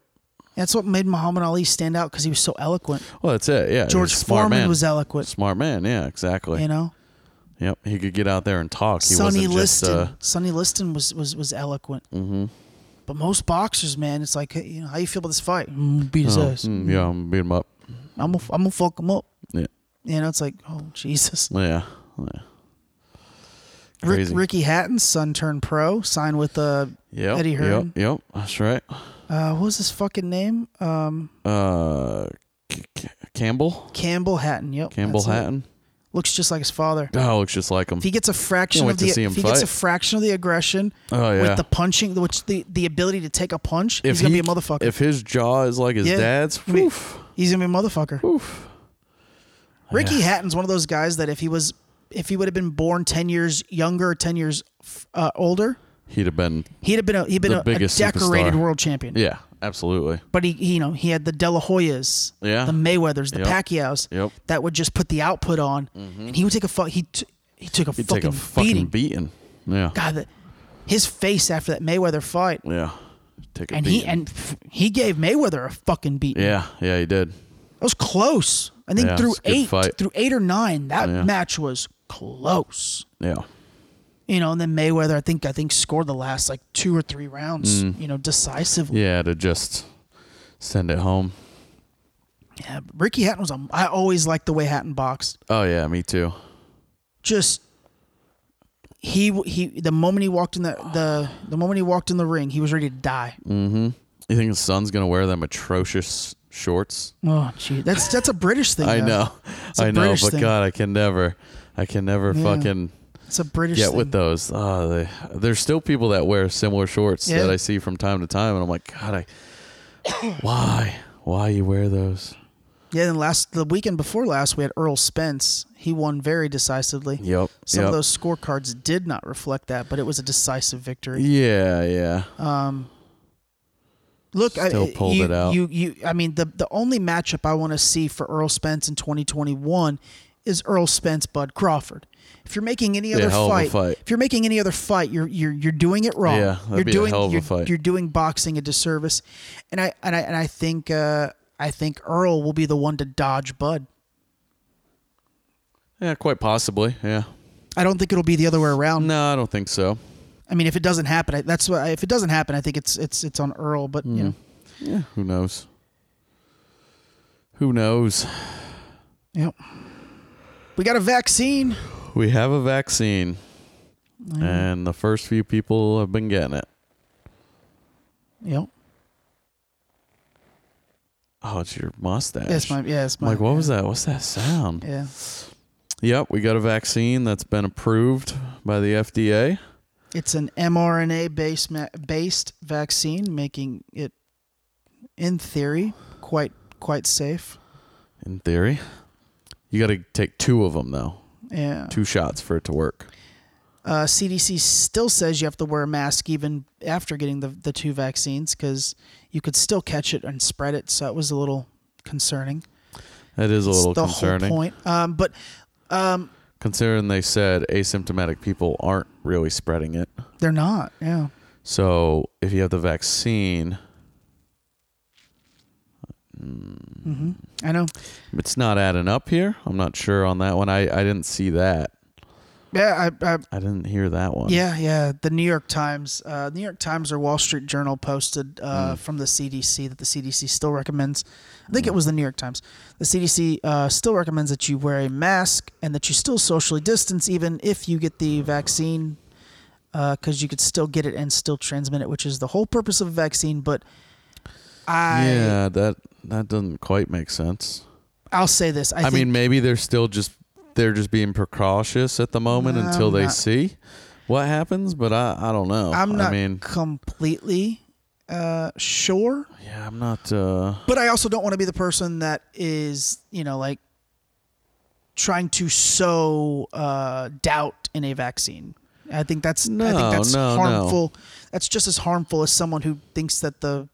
That's what made Muhammad Ali stand out because he was so eloquent.
Well, that's it. Yeah. he
George
was a smart
Foreman
man.
was eloquent.
Smart man. Yeah. Exactly.
You know,
Yep. He could get out there and talk. He
Sonny
wasn't just.
Liston.
Uh,
Sonny Liston was was was eloquent.
mm-hmm.
But most boxers, man, it's like, hey, you know, how you feel about this fight? Mm, beat his
Oh,
ass.
mm, yeah,
Mm-hmm.
I'm beat him up.
I'm gonna I'm gonna fuck him up.
Yeah.
You know, it's like, oh Jesus.
Yeah. yeah.
Rick,
Crazy.
Ricky Hatton's son turned pro, signed with uh,
Yep.
Eddie Hearn.
Yep. Yep. That's right.
Uh, what was his fucking name? Um,
Uh, C- C- Campbell.
Campbell Hatton. Yep.
Campbell
that's it.
Hatton.
Looks just like his father.
Oh, looks just like him.
If he gets a fraction
Can't wait
of
to
the
see him
if he gets
fight.
a fraction of the aggression
Oh, yeah.
with the punching, which the the ability to take a punch,
If
he's gonna
he-
be a motherfucker.
If his jaw is like his
Yeah.
dad's,
I mean,
woof.
He's gonna be a motherfucker. Ricky
Yeah.
Hatton's one of those guys that if he was if he would have been born ten years younger, ten years f- uh, older,
he'd have been.
he'd have been a he'd been
The
a, a
biggest
decorated
superstar.
world champion.
Yeah, absolutely.
But he, he, you know, he had the De La Hoyas,
Yeah.
the Mayweathers, the
Yep.
Pacquiao's
Yep. Mm-hmm.
that would just put the output on, and he would take a fuck. He t- he took a
He'd
fucking
take a fucking
beating.
beating. Yeah.
God, that his face after that Mayweather fight,
Yeah. Take a
and
beating.
he and f- he gave Mayweather a fucking beating.
yeah, yeah, he did.
That was close. I think
Yeah,
through
it's a good
eight,
fight.
through eight or nine, that
Yeah.
match was close.
Yeah.
You know, and then Mayweather, I think, I think scored the last like two or three rounds.
Mm.
You know, decisively.
Yeah, to just send it home.
Yeah, Ricky Hatton was. A, I always liked the way Hatton boxed.
Oh yeah, me too.
Just he he. The moment he walked in the the the moment he walked in the ring, he was ready to die.
Mm-hmm. You think his son's gonna wear them atrocious shorts?
Oh, gee, that's that's a British thing.
I
though.
know,
It's a
I know,
British
but
thing.
God, I can never, I can never
Yeah.
fucking
it's a British.
get
thing.
with those. Oh, they, there's still people that wear similar shorts
Yeah.
that I see from time to time, and I'm like, God, I, why, why you wear those?
Yeah, then last the weekend before last, we had Earl Spence. He won very decisively.
Yep,
Some
yep.
of those scorecards did not reflect that, but it was a decisive victory.
Yeah, yeah.
Um, look,
Still
I,
pulled
you,
it out.
You, you, I mean, the the only matchup I want to see for Earl Spence in 2021 is Earl Spence Bud Crawford. If you're making any
Yeah,
other
hell of a
fight,
fight.
if you're making any other fight, you're you're you're doing it wrong.
Yeah, that'd
you're
be a
doing
hell of a
you're,
fight.
you're doing boxing a disservice, and I and I and I think uh, I think Earl will be the one to dodge Bud.
Yeah, quite possibly. Yeah.
I don't think it'll be the other way around.
No, I don't think so.
I mean, if it doesn't happen, I, that's what. I, if it doesn't happen, I think it's it's it's on Earl. But
Hmm.
you know,
Yeah. Who knows? Who knows?
Yep. We got a vaccine.
We have a vaccine, and the first few people have been getting it.
Yep.
Oh, it's your mustache.
Yes, my- yeah, it's
I'm
my-
like, what was that? What's that sound?
Yeah.
Yep, we got a vaccine that's been approved by the FDA.
It's an mRNA based ma- based vaccine, making it, in theory, quite quite safe.
In theory, you got to take two of them though.
Yeah.
Two shots for it to work.
Uh, CDC still says you have to wear a mask even after getting the the two vaccines because you could still catch it and spread it. So that was a little concerning.
That is a little
the
concerning.
whole point. Um, but um,
Considering they said asymptomatic people aren't really spreading it.
they're not. Yeah.
So if you have the vaccine,
hmm I know.
it's not adding up here. I'm not sure on that one. I, I didn't see that.
Yeah. I, I
I didn't hear that one.
Yeah, yeah. The New York Times, uh, New York Times or Wall Street Journal posted
Hmm.
uh, from the CDC that the CDC still recommends. I think it was the New York Times. The CDC uh, still recommends that you wear a mask and that you still socially distance, even if you get the vaccine, because you could still get it and still transmit it, which is the whole purpose of a vaccine. But I,
yeah, that that doesn't quite make sense.
I'll say this. I,
I,
think,
mean, maybe they're still just they're just being precautious at the moment
No,
until they
not-
see what happens. But I, I don't know.
I'm not
I mean,
completely uh, sure.
yeah, I'm not. Uh,
But I also don't want to be the person that is, you know, like trying to sow uh, doubt in a vaccine. I think that's I
No,
think that's
no, no.
harmful. That's just as harmful as someone who thinks that the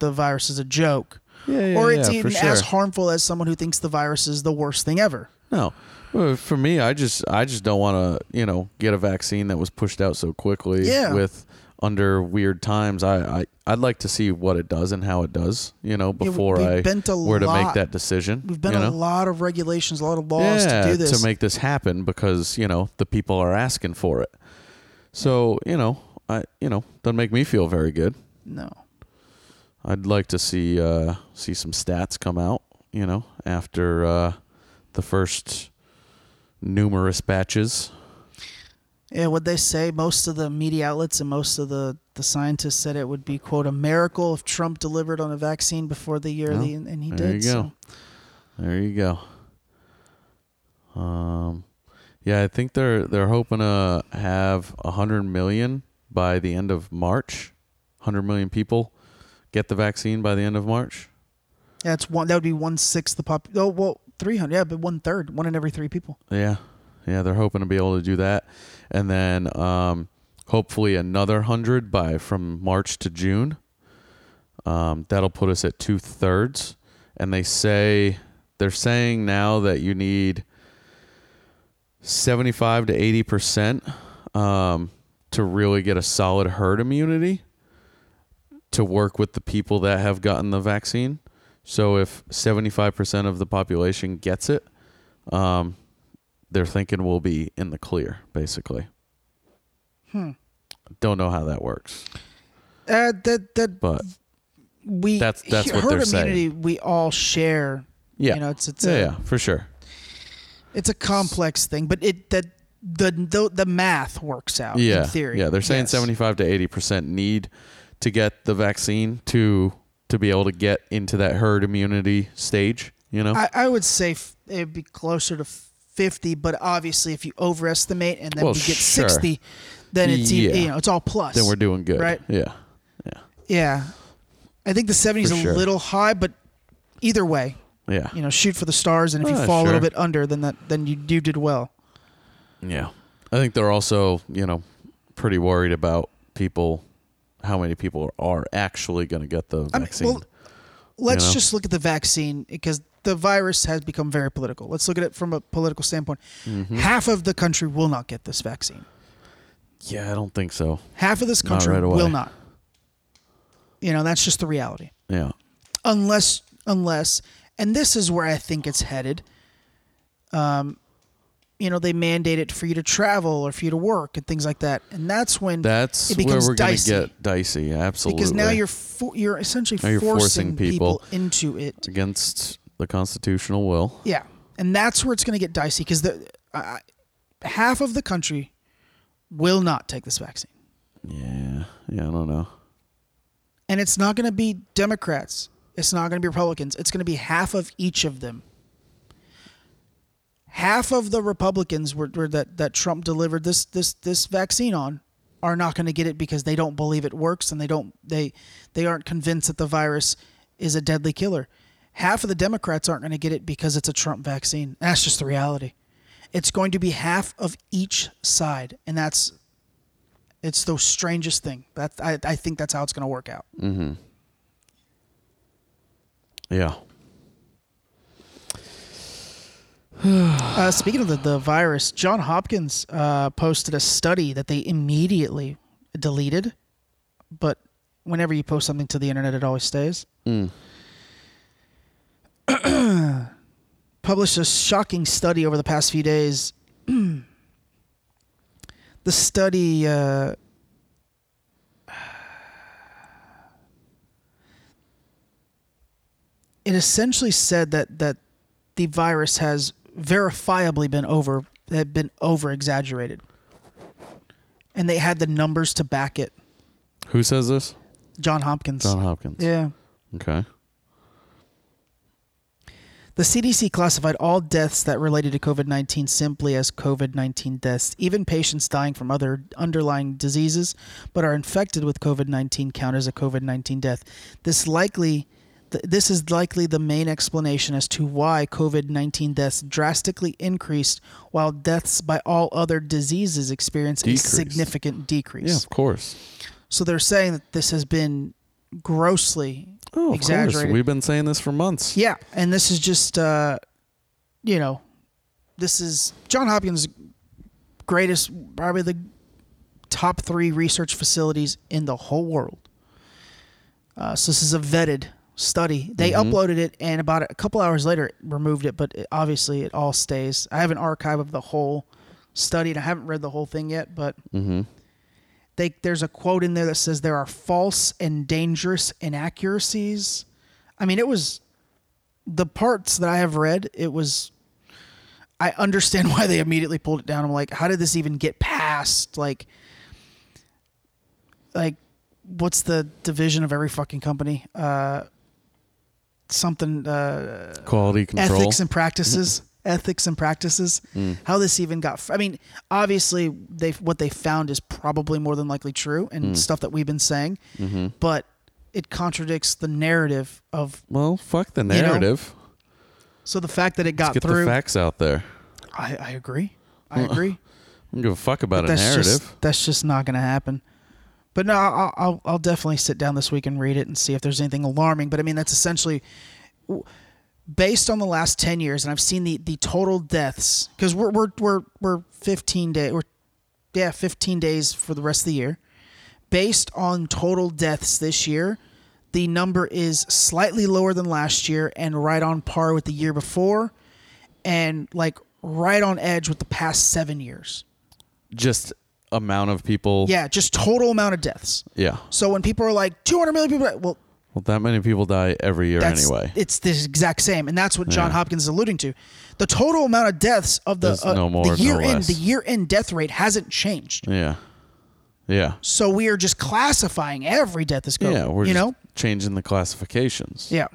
the virus is a joke.
Yeah, yeah,
or it's
yeah, for
even as
sure.
harmful as someone who thinks the virus is the worst thing ever.
no, Well, for me, I just I just don't want to you know get a vaccine that was pushed out so quickly.
Yeah.
With under weird times, I, I I'd like to see what it does and how it does. You know, before
we've
I
been to
were to make
lot-
that decision.
We've been
you
a
know?
lot of regulations, a lot of laws
yeah,
to do this.
make this happen because you know the people are asking for it. So you know, I you know doesn't make me feel very good.
no.
I'd like to see uh, see some stats come out. You know, after uh, the first numerous batches.
Yeah, what they say, most of the media outlets and most of the, the scientists said it would be quote a miracle if Trump delivered on a vaccine before the year of the, and, he
there
did.
you
So
go. There you go. Um, yeah, I think they're they're hoping to have hundred million by the end of March. Hundred million people get the vaccine by the end of March.
that's one. That would be one sixth the pop. Oh well, three hundred. Yeah, but one third, one in every three people.
Yeah. Yeah, they're hoping to be able to do that. And then um, hopefully another 100 by from March to June. Um, that'll put us at two thirds. And they say, they're saying now that you need 75 to 80% um, to really get a solid herd immunity to work with the people that have gotten the vaccine. So if 75% of the population gets it, um, they're thinking we'll be in the clear, basically.
Hmm.
Don't know how that works,
Uh, that that
but
we
that's- that's what
herd
they're saying.
immunity we all share.
yeah,
you know it's it's
yeah,
a,
yeah, for sure.
it's a complex thing, but it that the the, the math works out.
yeah,
in theory.
yeah, they're saying
Yes.
seventy-five to eighty percent need to get the vaccine to to be able to get into that herd immunity stage. You know,
I, I would say f- it'd be closer to 50, but obviously if you overestimate and then
Well,
we get
sure.
60, then it's e-
Yeah.
you know, it's all plus.
then we're doing good,
Right.
Yeah, yeah,
Yeah. I think the 70 is
For
a
sure.
little high, but either way,
yeah,
you know, shoot for the stars and if you
Ah,
fall a little
sure.
bit under, then that then you you did well.
yeah. I think they're also you know pretty worried about people, how many people are actually going to get the
I mean,
vaccine.
well, let's
know?
just look at the vaccine because the virus has become very political. Let's look at it from a political standpoint.
Mm-hmm.
Half of the country will not get this vaccine.
yeah, I don't think so.
Half of this
Not
country
right away.
will not. You know, that's just the reality.
Yeah.
unless unless and this is where I think it's headed. Um, you know, they mandate it for you to travel or for you to work and things like that, and that's when
That's
it
where
becomes
we're going to
dicey
get dicey. Absolutely.
because now you're for, you're essentially
Now you're
forcing,
forcing
people.
people.
into it.
against the constitutional will.
Yeah, and that's where it's going to get dicey because the uh, half of the country will not take this vaccine,
Yeah. Yeah. I don't know.
and it's not going to be Democrats. It's not going to be Republicans. It's going to be half of each of them. half of the Republicans were, were that that Trump delivered this this this vaccine on are not going to get it because they don't believe it works and they don't they they aren't convinced that the virus is a deadly killer. Half of the Democrats aren't going to get it because it's a Trump vaccine. That's just the reality. It's going to be half of each side, and that's it's the strangest thing. That I, I think that's how it's going to work out.
Mm hmm. Yeah.
uh, speaking of the, the virus, John Hopkins uh, posted a study that they immediately deleted, but whenever you post something to the internet, it always stays.
Mm.
published a shocking study over the past few days. the study uh, it essentially said that that the virus has verifiably been over had been over exaggerated, and they had the numbers to back it.
Who says this?
John Hopkins.
John Hopkins.
Yeah.
Okay.
The CDC classified all deaths that related to COVID 19 simply as COVID 19 deaths. Even patients dying from other underlying diseases but are infected with COVID 19 count as a COVID 19 death. This likely. th- This is likely the main explanation as to why COVID 19 deaths drastically increased while deaths by all other diseases experienced
Decreased.
a significant decrease.
Yeah, of course.
So they're saying that this has been grossly
Oh, of course.
exaggerated.
We've been saying this for months.
Yeah, and this is just uh you know, this is John Hopkins greatest probably the top 3 research facilities in the whole world. Uh, so this is a vetted study. They
Mhm.
uploaded it and about a couple hours later it removed it, but it, obviously it all stays. I have an archive of the whole study and I haven't read the whole thing yet, but
Mm-hmm.
they there's a quote in there that says there are false and dangerous inaccuracies. I mean, it was the parts that I have read, it was I understand why they immediately pulled it down. I'm like, how did this even get past like like what's the division of every fucking company? Uh something uh
Quality control.
ethics and practices ethics and practices
Mm.
how this even got i mean obviously they what they found is probably more than likely true and
Mm.
stuff that we've been saying
Mm-hmm.
but it contradicts the narrative of
Well, fuck the
know,
narrative.
so the fact that it got
Let's get
through
the facts out there.
I, I agree i
Well,
agree
I don't give a fuck about
But
a
that's
narrative.
just that's just not going to happen but no I'll, I'll i'll definitely sit down this week and read it and see if there's anything alarming but i mean that's essentially based on the last 10 years and i've seen the the total deaths because we're we're we're we're 15 day we're yeah 15 days for the rest of the year based on total deaths this year the number is slightly lower than last year and right on par with the year before and like right on edge with the past seven years
just amount of people.
yeah just total amount of deaths
Yeah.
so when people are like 200 million people die," well
Well, that many people die every year
that's,
anyway.
It's the exact same, and that's what John
Yeah.
Hopkins is alluding to. The total amount of deaths of the,
There's
uh,
no more, no
the year end
less.
the year end death rate hasn't changed.
Yeah. Yeah.
So we are just classifying every death as COVID.
Yeah. We're
you
just
know,
changing the classifications.
yeah,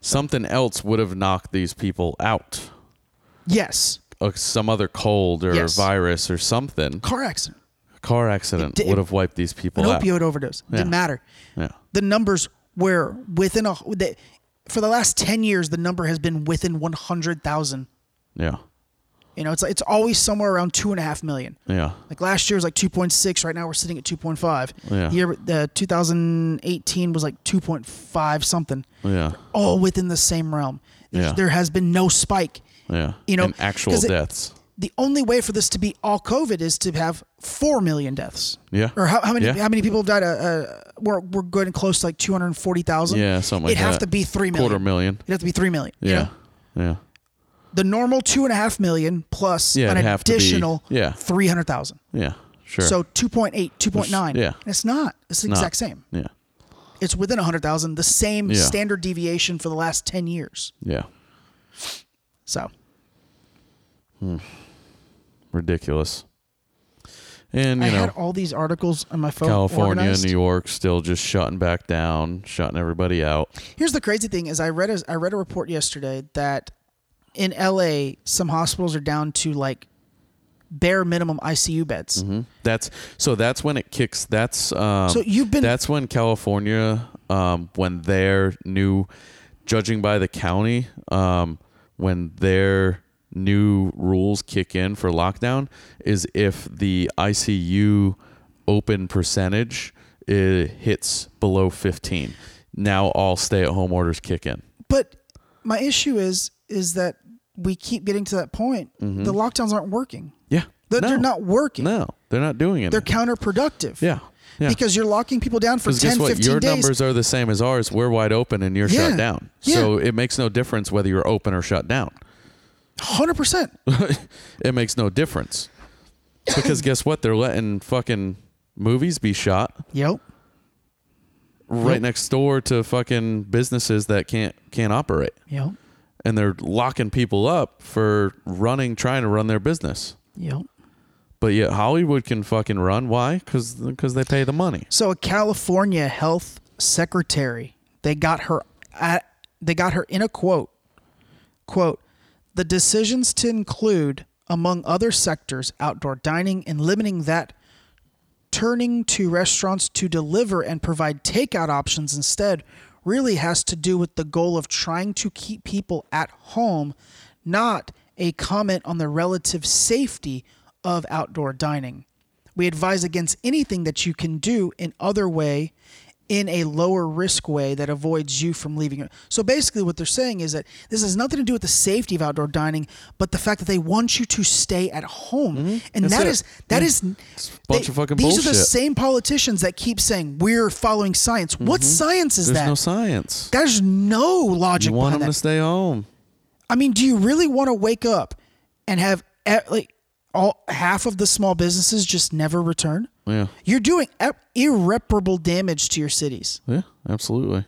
Something else would have knocked these people out.
yes,
Uh, some other cold or
Yes.
virus or something.
car accident,
Car accident
It di-
would have wiped these people
an
out.
opioid overdose
Yeah.
didn't matter.
Yeah.
The numbers were within a the, for the last ten years. The number has been within one hundred thousand.
Yeah.
You know, it's it's always somewhere around two and a half million.
Yeah.
Like last year was like 2.6. Right now we're sitting at 2.5.
Yeah.
The year the 2018 was like 2.5 something.
Yeah.
All within the same realm.
Yeah.
There has been no spike.
Yeah.
You know,
and actual
'cause it-
deaths.
The only way for this to be all COVID is to have four million deaths.
Yeah.
Or how, how many
Yeah.
how many people have died? Uh, uh, we're we're going close to like 240,000.
yeah, something like
It'd
that.
have to be three million.
Quarter million.
It'd have to be three million.
Yeah. Yeah.
The normal two and a half million plus
Yeah,
an
it'd have to be-
additional
yeah.
300,000.
Yeah. Sure.
So 2.8, 2.9.
Yeah.
And it's not. It's the
Not-
exact same.
Yeah.
It's within 100,000, the same
Yeah.
standard deviation for the last 10 years.
Yeah.
So,
Ridiculous. And
I
you know,
had all these articles on my phone.
California,
organized.
New York still just shutting back down, shutting everybody out.
Here's the crazy thing is I read a, I read a report yesterday that in LA some hospitals are down to like bare minimum ICU beds.
Mhm. That's so. That's when it kicks. That's um,
So you've been-
That's when California, um, when their new, judging by the county, um, when their new rules kick in for lockdown is if the ICU open percentage it hits below fifteen. Now all stay-at-home orders kick in.
But my issue is is that we keep getting to that point.
Mhm.
The lockdowns aren't working.
Yeah.
They're, they're
No.
not working.
No, they're not doing it.
They're counterproductive.
yeah. Yeah.
Because you're locking people down for 10,
Because
15
guess what? Your
days.
numbers are the same as ours. We're wide open and you're
Yeah.
shut down.
Yeah.
So it makes no difference whether you're open or shut down.
100%.
it makes no difference. Because guess what? They're letting fucking movies be shot
Yep.
right
Yep.
next door to fucking businesses that can't can't operate.
Yep.
And they're locking people up for running trying to run their business.
Yep.
But yet Hollywood can fucking run. Why? Cuz they pay the money.
So a California health secretary, they got her at, they got her in a quote. Quote, the decisions to include among other sectors outdoor dining and limiting that turning to restaurants to deliver and provide takeout options instead really has to do with the goal of trying to keep people at home, not a comment on the relative safety of outdoor dining. We advise against anything that you can do in other way in a lower risk way that avoids you from leaving. So basically what they're saying is that this has nothing to do with the safety of outdoor dining, but the fact that they want you to stay at home. And
Mm-hmm. That's
that
it. Mm.
is that
Yeah.
is
bunch of fucking
these are the
bullshit.
same politicians that keep saying we're following science. What science is
Mm-hmm. There's
that?
no science.
There's no logic
You want
behind
them
that.
to stay home.
I mean, do you really want to wake up and have eh, like all half of the small businesses just never return?
Yeah.
You're doing ep- irreparable damage to your cities.
Yeah, absolutely.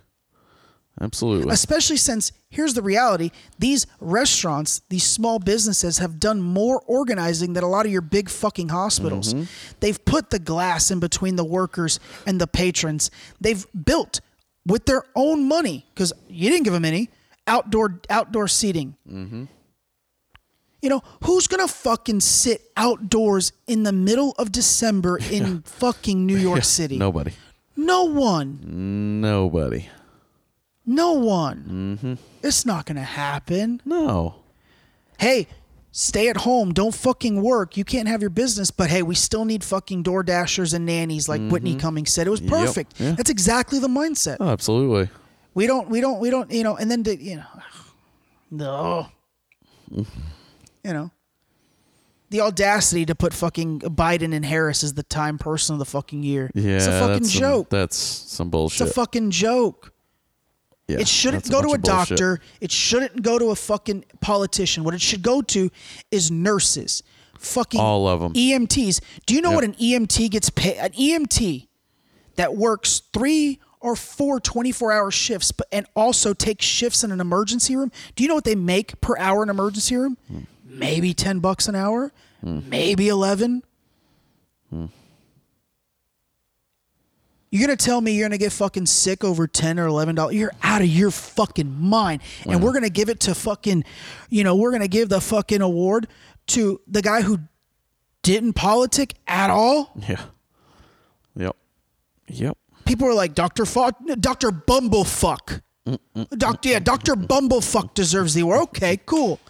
Absolutely.
Especially since here's the reality these restaurants, these small businesses have done more organizing than a lot of your big fucking hospitals.
Mhm.
They've put the glass in between the workers and the patrons. They've built with their own money cuz you didn't give them any outdoor outdoor seating.
mm-hmm.
You know, who's going to fucking sit outdoors in the middle of December in fucking New York City?
Nobody.
No one.
Mm. Nobody.
No one.
Mm-hmm.
It's not going to happen.
No.
hey, stay at home, don't fucking work, you can't have your business, but hey, we still need fucking door dashers and nannies like Whitney
Mhm.
Cummings said. It was
Yep.
perfect.
Yeah.
That's exactly the mindset.
Oh, absolutely.
We don't we don't we don't, you know, and then to, you know, no. you know. The audacity to put fucking Biden and Harris as the time person of the fucking year.
Yeah.
It's a fucking
that's some-
joke.
that's some
it's
bullshit.
a fucking joke.
Yeah,
it shouldn't
that's
go to a
bunch of bullshit.
doctor. It shouldn't go to a fucking politician. What it should go to is nurses, fucking
All of 'em.
EMTs. Do you know
Yep.
what an EMT gets paid? An EMT that works three or four 24 hour shifts but, and also takes shifts in an emergency room. Do you know what they make per hour in an emergency room?
Hmm.
Maybe 10 bucks an hour, maybe 11. You're gonna tell me you're gonna get fucking sick over ten or eleven dollars? You're out of your fucking mind. And we're gonna give it to fucking, you know, we're gonna give the fucking award to the guy who didn't politic at all.
Yeah. Yep. Yep.
People are like Doctor Fuck, Doctor Bumblefuck, Doctor yeah, Doctor Bumblefuck deserves the award. Okay, cool.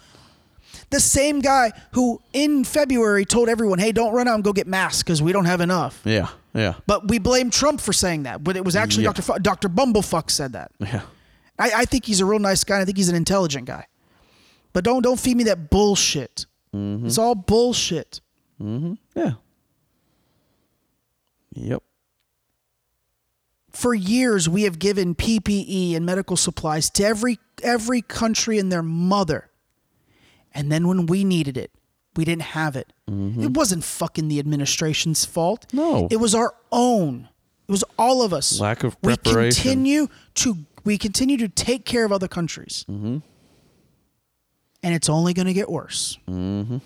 The same guy who in February told everyone, "Hey, don't run out and go get masks because we don't have enough."
Yeah. Yeah.
But we blame Trump for saying that. But it was actually
Yeah.
Dr. Fu- Dr. Bumblefuck said that.
Yeah.
I, I think he's a real nice guy. and I think he's an intelligent guy. But don't don't feed me that bullshit.
Mm-hmm.
It's all bullshit.
mm-hmm. Yeah. Yep.
For years, we have given PPE and medical supplies to every every country and their mother. And then when we needed it, we didn't have it. It wasn't fucking the administration's fault.
Mm-hmm. No.
It was our own. It was all of us.
Lack of
We
preparation.
continue to we continue to take care of other countries.
Mm-hmm.
And it's only going to get worse.
Mm-hmm.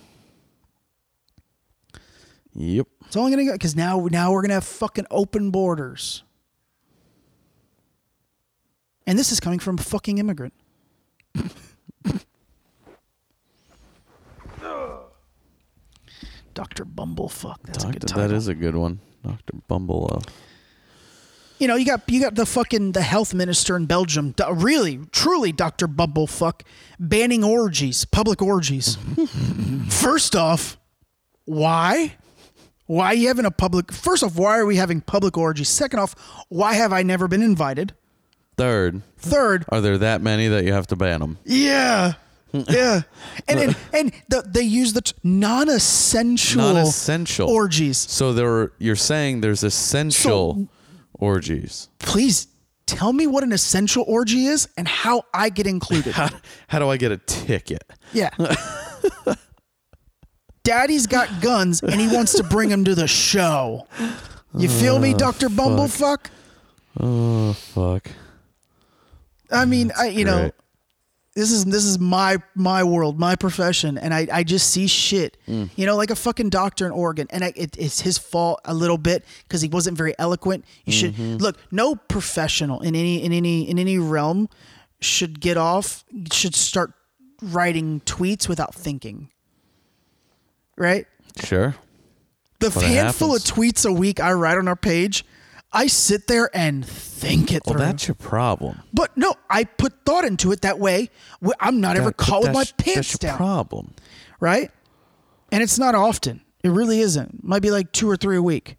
Yep.
It's only going to go because now now we're going to have fucking open borders. And this is coming from a fucking immigrant. Dr. Bumblefuck. That's a good
Doctor,
title.
that is a good one. Doctor Bumble.
You know, you got you got the fucking the health minister in Belgium, do- really, truly, Doctor Bumblefuck, banning orgies, public orgies. first off, why? Why are you having a public? First off, why are we having public orgies? Second off, why have I never been invited?
Third.
Third,
Are there that many that you have to ban them?
yeah, yeah, and and, and the, they use the t- non-essential,
Non-essential
orgies.
So there, were, you're saying there's essential orgies.
Please tell me what an essential orgy is and how I get included.
How do I get a ticket?
yeah. Daddy's got guns and he wants to bring them to the show. You feel me, Doctor Bumblefuck?
Oh fuck.
I mean, I you know,
great.
this is this is my my world, my profession, and I I just see shit.
Hmm.
You know, like a fucking doctor in Oregon, and I, it, it's his fault a little bit because he wasn't very eloquent. You
Mm-hmm.
should look. No professional in any in any in any realm should get off should start writing tweets without thinking. Right.
Sure.
The
But it
handful of
happens.
tweets a week I write on our page, I sit there and think it
Well,
through.
that's your problem.
But no, I put thought into it that way. wh- I'm not ever
That- but
caught with my
that's-
pants
that's your
down,
Problem.
right? And it's not often. It really isn't. Might be like two or three a week.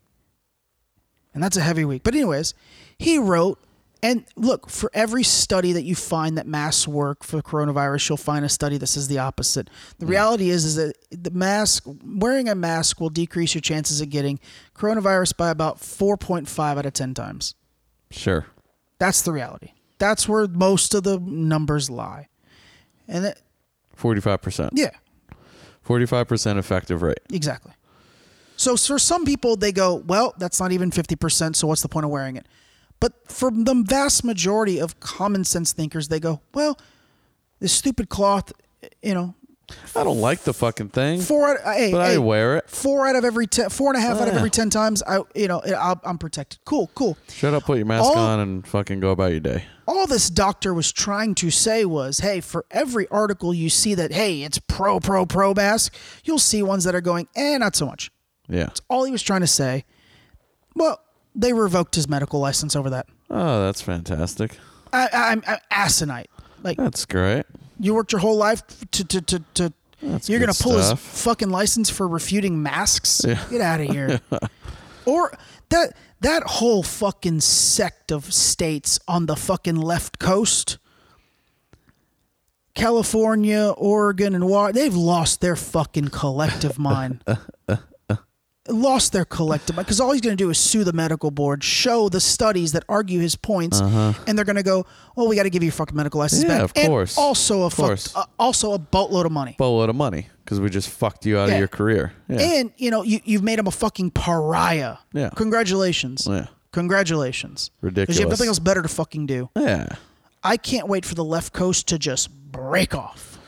And that's a heavy week. But anyways, he wrote and look, for every study that you find that masks work for coronavirus, you'll find a study that says the opposite. The reality is is that the mask wearing a mask will decrease your chances of getting coronavirus by about 4.5 out of 10 times.
Sure.
That's the reality. That's where most of the numbers lie. And it,
Forty-five percent.
yeah,
Forty-five percent effective rate.
exactly. So for some people, they go, well, that's not even 50%, so what's the point of wearing it? But for the vast majority of common sense thinkers, they go, well, this stupid cloth, you know,
I don't like the fucking thing.
four out, hey,
But I
hey,
wear it.
Four out of every ten, four and a half out of
Yeah.
every ten times, I, you know, I'll, I'm protected. Cool, cool.
Shut up, put your mask
All-
on, and fucking go about your day.
all this doctor was trying to say was, hey, for every article you see that, hey, it's pro, pro, pro mask, you'll see ones that are going, eh, not so much.
Yeah.
All he was trying to say, well, they revoked his medical license over that.
Oh, that's fantastic.
I, I, I'm, I'm asinine. Like,
That's great.
you worked your whole life to, to, to, to
That's
you're
good
going to pull
stuff.
his fucking license for refuting masks?
Yeah.
Get out of here. or that, that whole fucking sect of states on the fucking left coast. California, Oregon, and Washington, they've lost their fucking collective mind. lost their collective mind. Because all he's going to do is sue the medical board, show the studies that argue his points, and they're going to go, well, we got to give you your fucking medical license
Uh-huh. Yeah,
back.
of
and
course.
Also a
Of
fuck-
course.
uh, also a boatload of money.
Boatload of money because we just fucked you out
Yeah.
of your career. Yeah.
And, you know, you, you've made him a fucking pariah.
Yeah.
Congratulations.
Yeah.
Congratulations. 'Cause you have
Ridiculous.
nothing else better to fucking do.
yeah.
I can't wait for the left coast to just break off.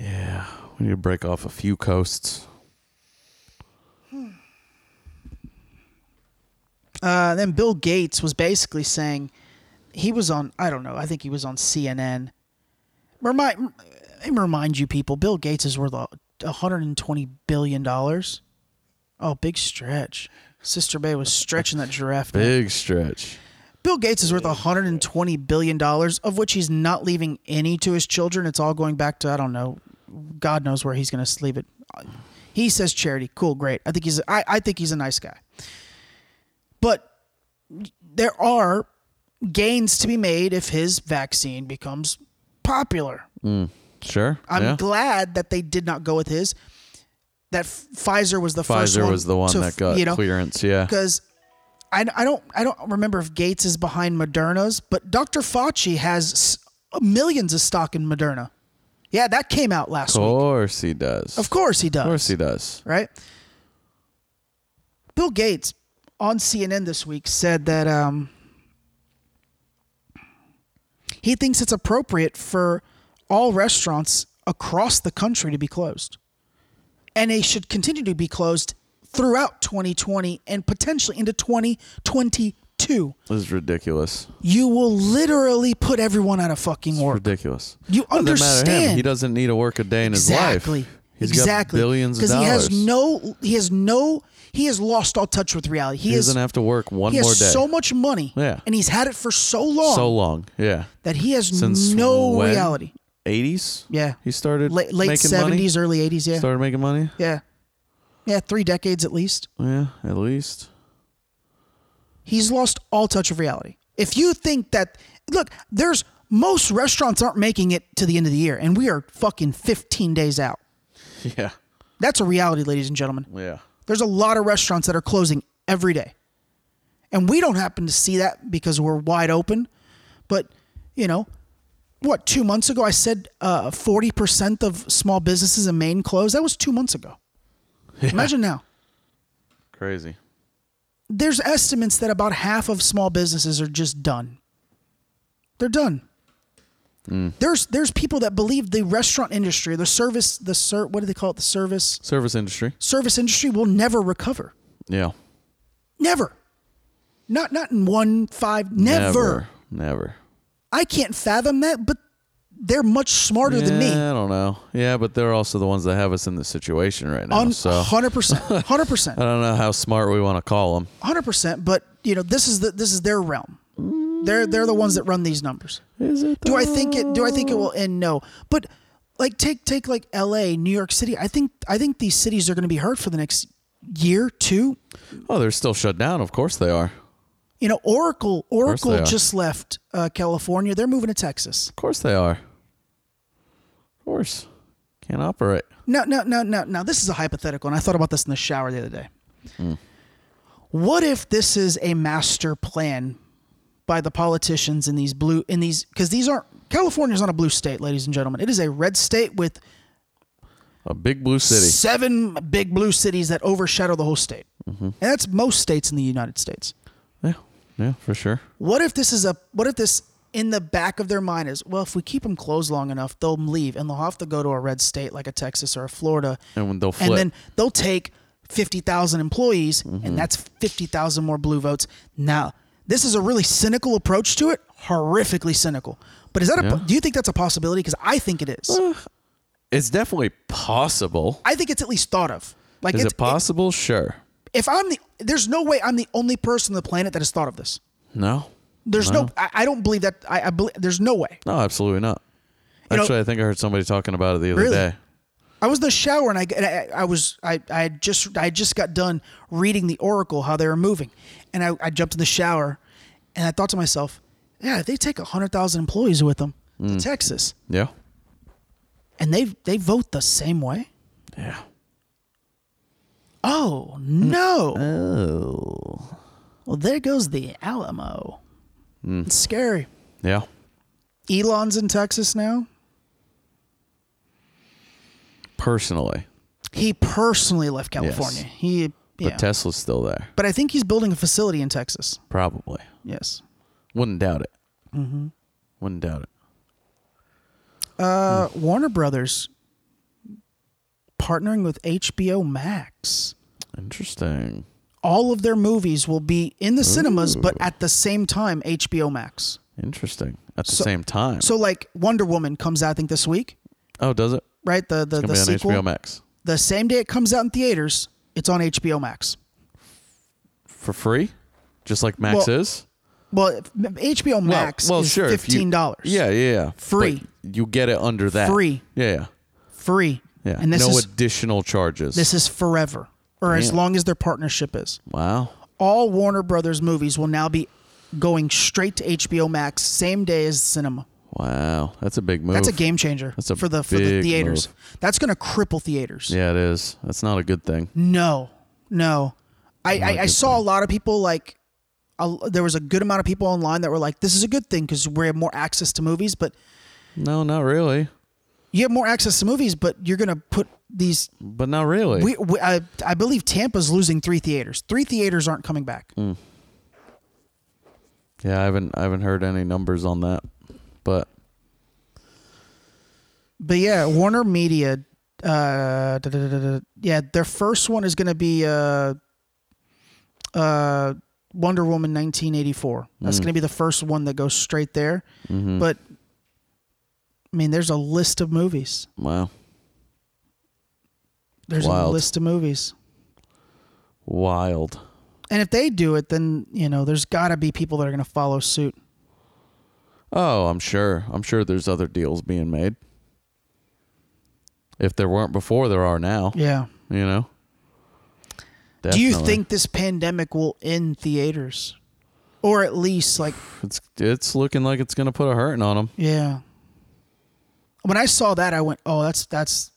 We need to break off a few coasts.
Uh, then Bill Gates was basically saying he was on. I don't know. I think he was on CNN. Remind let me remind you people. Bill Gates is worth a 120 billion dollars. Oh, big stretch. Sister Bay was stretching that giraffe. neck.
Big stretch.
Bill Gates is worth 120 billion dollars, of which he's not leaving any to his children. It's all going back to I don't know, God knows where he's going to leave it. He says charity. Cool, great. I think he's I, I think he's a nice guy. But there are gains to be made if his vaccine becomes popular.
Sure.
I'm
yeah.
glad that they did not go with his. That Pfizer was the first
Pfizer
one.
was the one
to,
that got
you know,
clearance. Yeah.
because I, I don't I don't remember if Gates is behind Moderna's, but Dr. Fauci has s- millions of stock in Moderna. Yeah, that came out last
Of
week.
course he does.
Of course he does.
Of course he does.
Right? Bill Gates on CNN this week said that um, he thinks it's appropriate for all restaurants across the country to be closed. And they should continue to be closed throughout 2020 and potentially into 2022.
This is ridiculous.
You will literally put everyone out of fucking work.
Ridiculous.
You
Doesn't Matter to him.
understand.
He doesn't need to work a day in
Exactly.
his life. He's
exactly.
got billions of dollars.
he has no. He has no. He has lost all touch with reality. He,
He
is,
doesn't have to work one
he
more
has
day.
so much money.
Yeah.
And he's had it for so long
So long. Yeah.
that he has
Since
no
when?
reality.
80s?
Yeah.
He started
Late, late
making money?
70s, early 80s. Yeah.
Started making money?
Yeah. Yeah. Three decades at least.
Yeah, at least.
He's lost all touch of reality. If you think that, look, there's most restaurants aren't making it to the end of the year, and we are fucking 15 days out.
Yeah.
That's a reality, ladies and gentlemen.
Yeah.
There's a lot of restaurants that are closing every day. And we don't happen to see that because we're wide open. But, you know, what, two months ago, I said uh, 40% of small businesses in Maine closed. That was two months ago. Imagine now.
Crazy.
There's estimates that about half of small businesses are just done. They're done.
Mm.
There's there's people that believe the restaurant industry, the service, the ser- what do they call it? The service
Service industry.
service industry will never recover.
Yeah.
Never. Not not in one five. Never.
Never. Never.
I can't fathom that, but they're much smarter
yeah,
than me.
I don't know. Yeah, but they're also the ones that have us in this situation right now.
On
so
hundred percent, hundred
I
percent,
don't know how smart we want to call them.
hundred percent. But you know, this is the this is their realm. They're they're the ones that run these numbers.
Is it?
Do I think it? Do I think it will end? No, but like take take like L.A., New York City. I think I think these cities are going to be hurt for the next year, two,
Oh, they're still shut down. Of course they are.
You know, Oracle
course they
Oracle
are.
just left uh, California. They're moving to Texas.
Of course they are. Of course. Can't operate.
No, no, no, no, no. This is a hypothetical, and I thought about this in the shower the other day.
Mm.
What if this is a master plan by the politicians in these blue in these because these aren't California's not a blue state, ladies and gentlemen. It is a red state with
A big blue city.
seven big blue cities that overshadow the whole state,
Mhm.
and that's most states in the United States.
Yeah, for sure.
What if this is a what if this in the back of their mind is well if we keep them closed long enough they'll leave and they'll have to go to a red state like a Texas or a Florida
And when they'll flip.
and then they'll take 50,000 employees
Mhm.
and that's 50,000 more blue votes. Now, this is a really cynical approach to it, horrifically cynical. But is that a
Yeah.
do you think that's a possibility cuz I think it is.
it's definitely possible.
I think it's at least thought of. Like
is
it's,
it possible? sure.
if I'm the there's no way I'm the only person on the planet that has thought of this.
No.
There's no, I, I don't believe that I, I believe there's no way.
No, absolutely not.
You know-
Actually, I think I heard somebody talking about it the other
Really?
day.
I was in the shower and I, and I, I was I, I had just I had just got done reading the oracle how they were moving, and I, I jumped in the shower, and I thought to myself, yeah, if they take hundred thousand employees with them to
Mm.
Texas,
Yeah.
and they they vote the same way.
Yeah.
Oh no!
Mm. Oh.
Well, there goes the Alamo.
Mm.
It's scary.
Yeah.
Elon's in Texas now.
Personally.
He personally left
Yes.
California. He yeah.
But Tesla's still there.
but I think he's building a facility in Texas.
Probably.
Yes.
Wouldn't doubt it.
Mm-hmm.
Wouldn't doubt it.
Uh, Warner Brothers partnering with HBO Max.
Interesting.
All of their movies will be in the cinemas, but at the same time, HBO Max.
Interesting. At the
So-
same time.
So, like Wonder Woman comes out, I think this week,
oh, does it?
right? The the, the
It's gonna be
sequel.
on HBO Max
The same day it comes out in theaters, it's on HBO Max.
for free, just like Max
Well,
is.
Well, if- HBO Max
well,
is
sure. if you-
fifteen dollars.
Yeah, yeah, yeah.
Free.
But you get it under that.
Free.
Yeah, yeah.
free.
Yeah.
and this
no
is
additional charges.
this is forever, or as
Damn.
long as their partnership is.
wow.
all Warner Brothers movies will now be going straight to HBO Max same day as cinema.
Wow. That's a big move.
That's a game changer
That's a
for the for the
big
theaters.
move.
That's going to cripple theaters.
Yeah, it is. That's not a good thing.
No, no. I,
Not a
I, I
good
saw a lot of people like, a, there was a good amount of people online that were like, "This is a good thing because we have more access to movies." But
No, not really.
you have more access to movies, but you're going to put these.
But not really.
We, we, I, I believe Tampa's losing three theaters. Three theaters aren't coming back.
Mm. Yeah, I haven't I haven't heard any numbers on that. But
But yeah, Warner Media. Uh, da- da- da- da- da- yeah, their first one is going to be uh, uh, Wonder Woman 1984. That's
Mm.
going to be the first one that goes straight there.
Mhm.
But I mean, there's a list of movies.
wow.
There's a
Wild.
list of movies,
Wild.
and if they do it, then you know there's got to be people that are going to follow suit.
Oh, I'm sure. I'm sure there's other deals being made. If there weren't before, there are now.
Yeah.
You know?
Do you
Definitely.
think this pandemic will end theaters? or at least like
It's it's looking like it's gonna put a hurting on him.
yeah. When I saw that, I went, "Oh, that's that's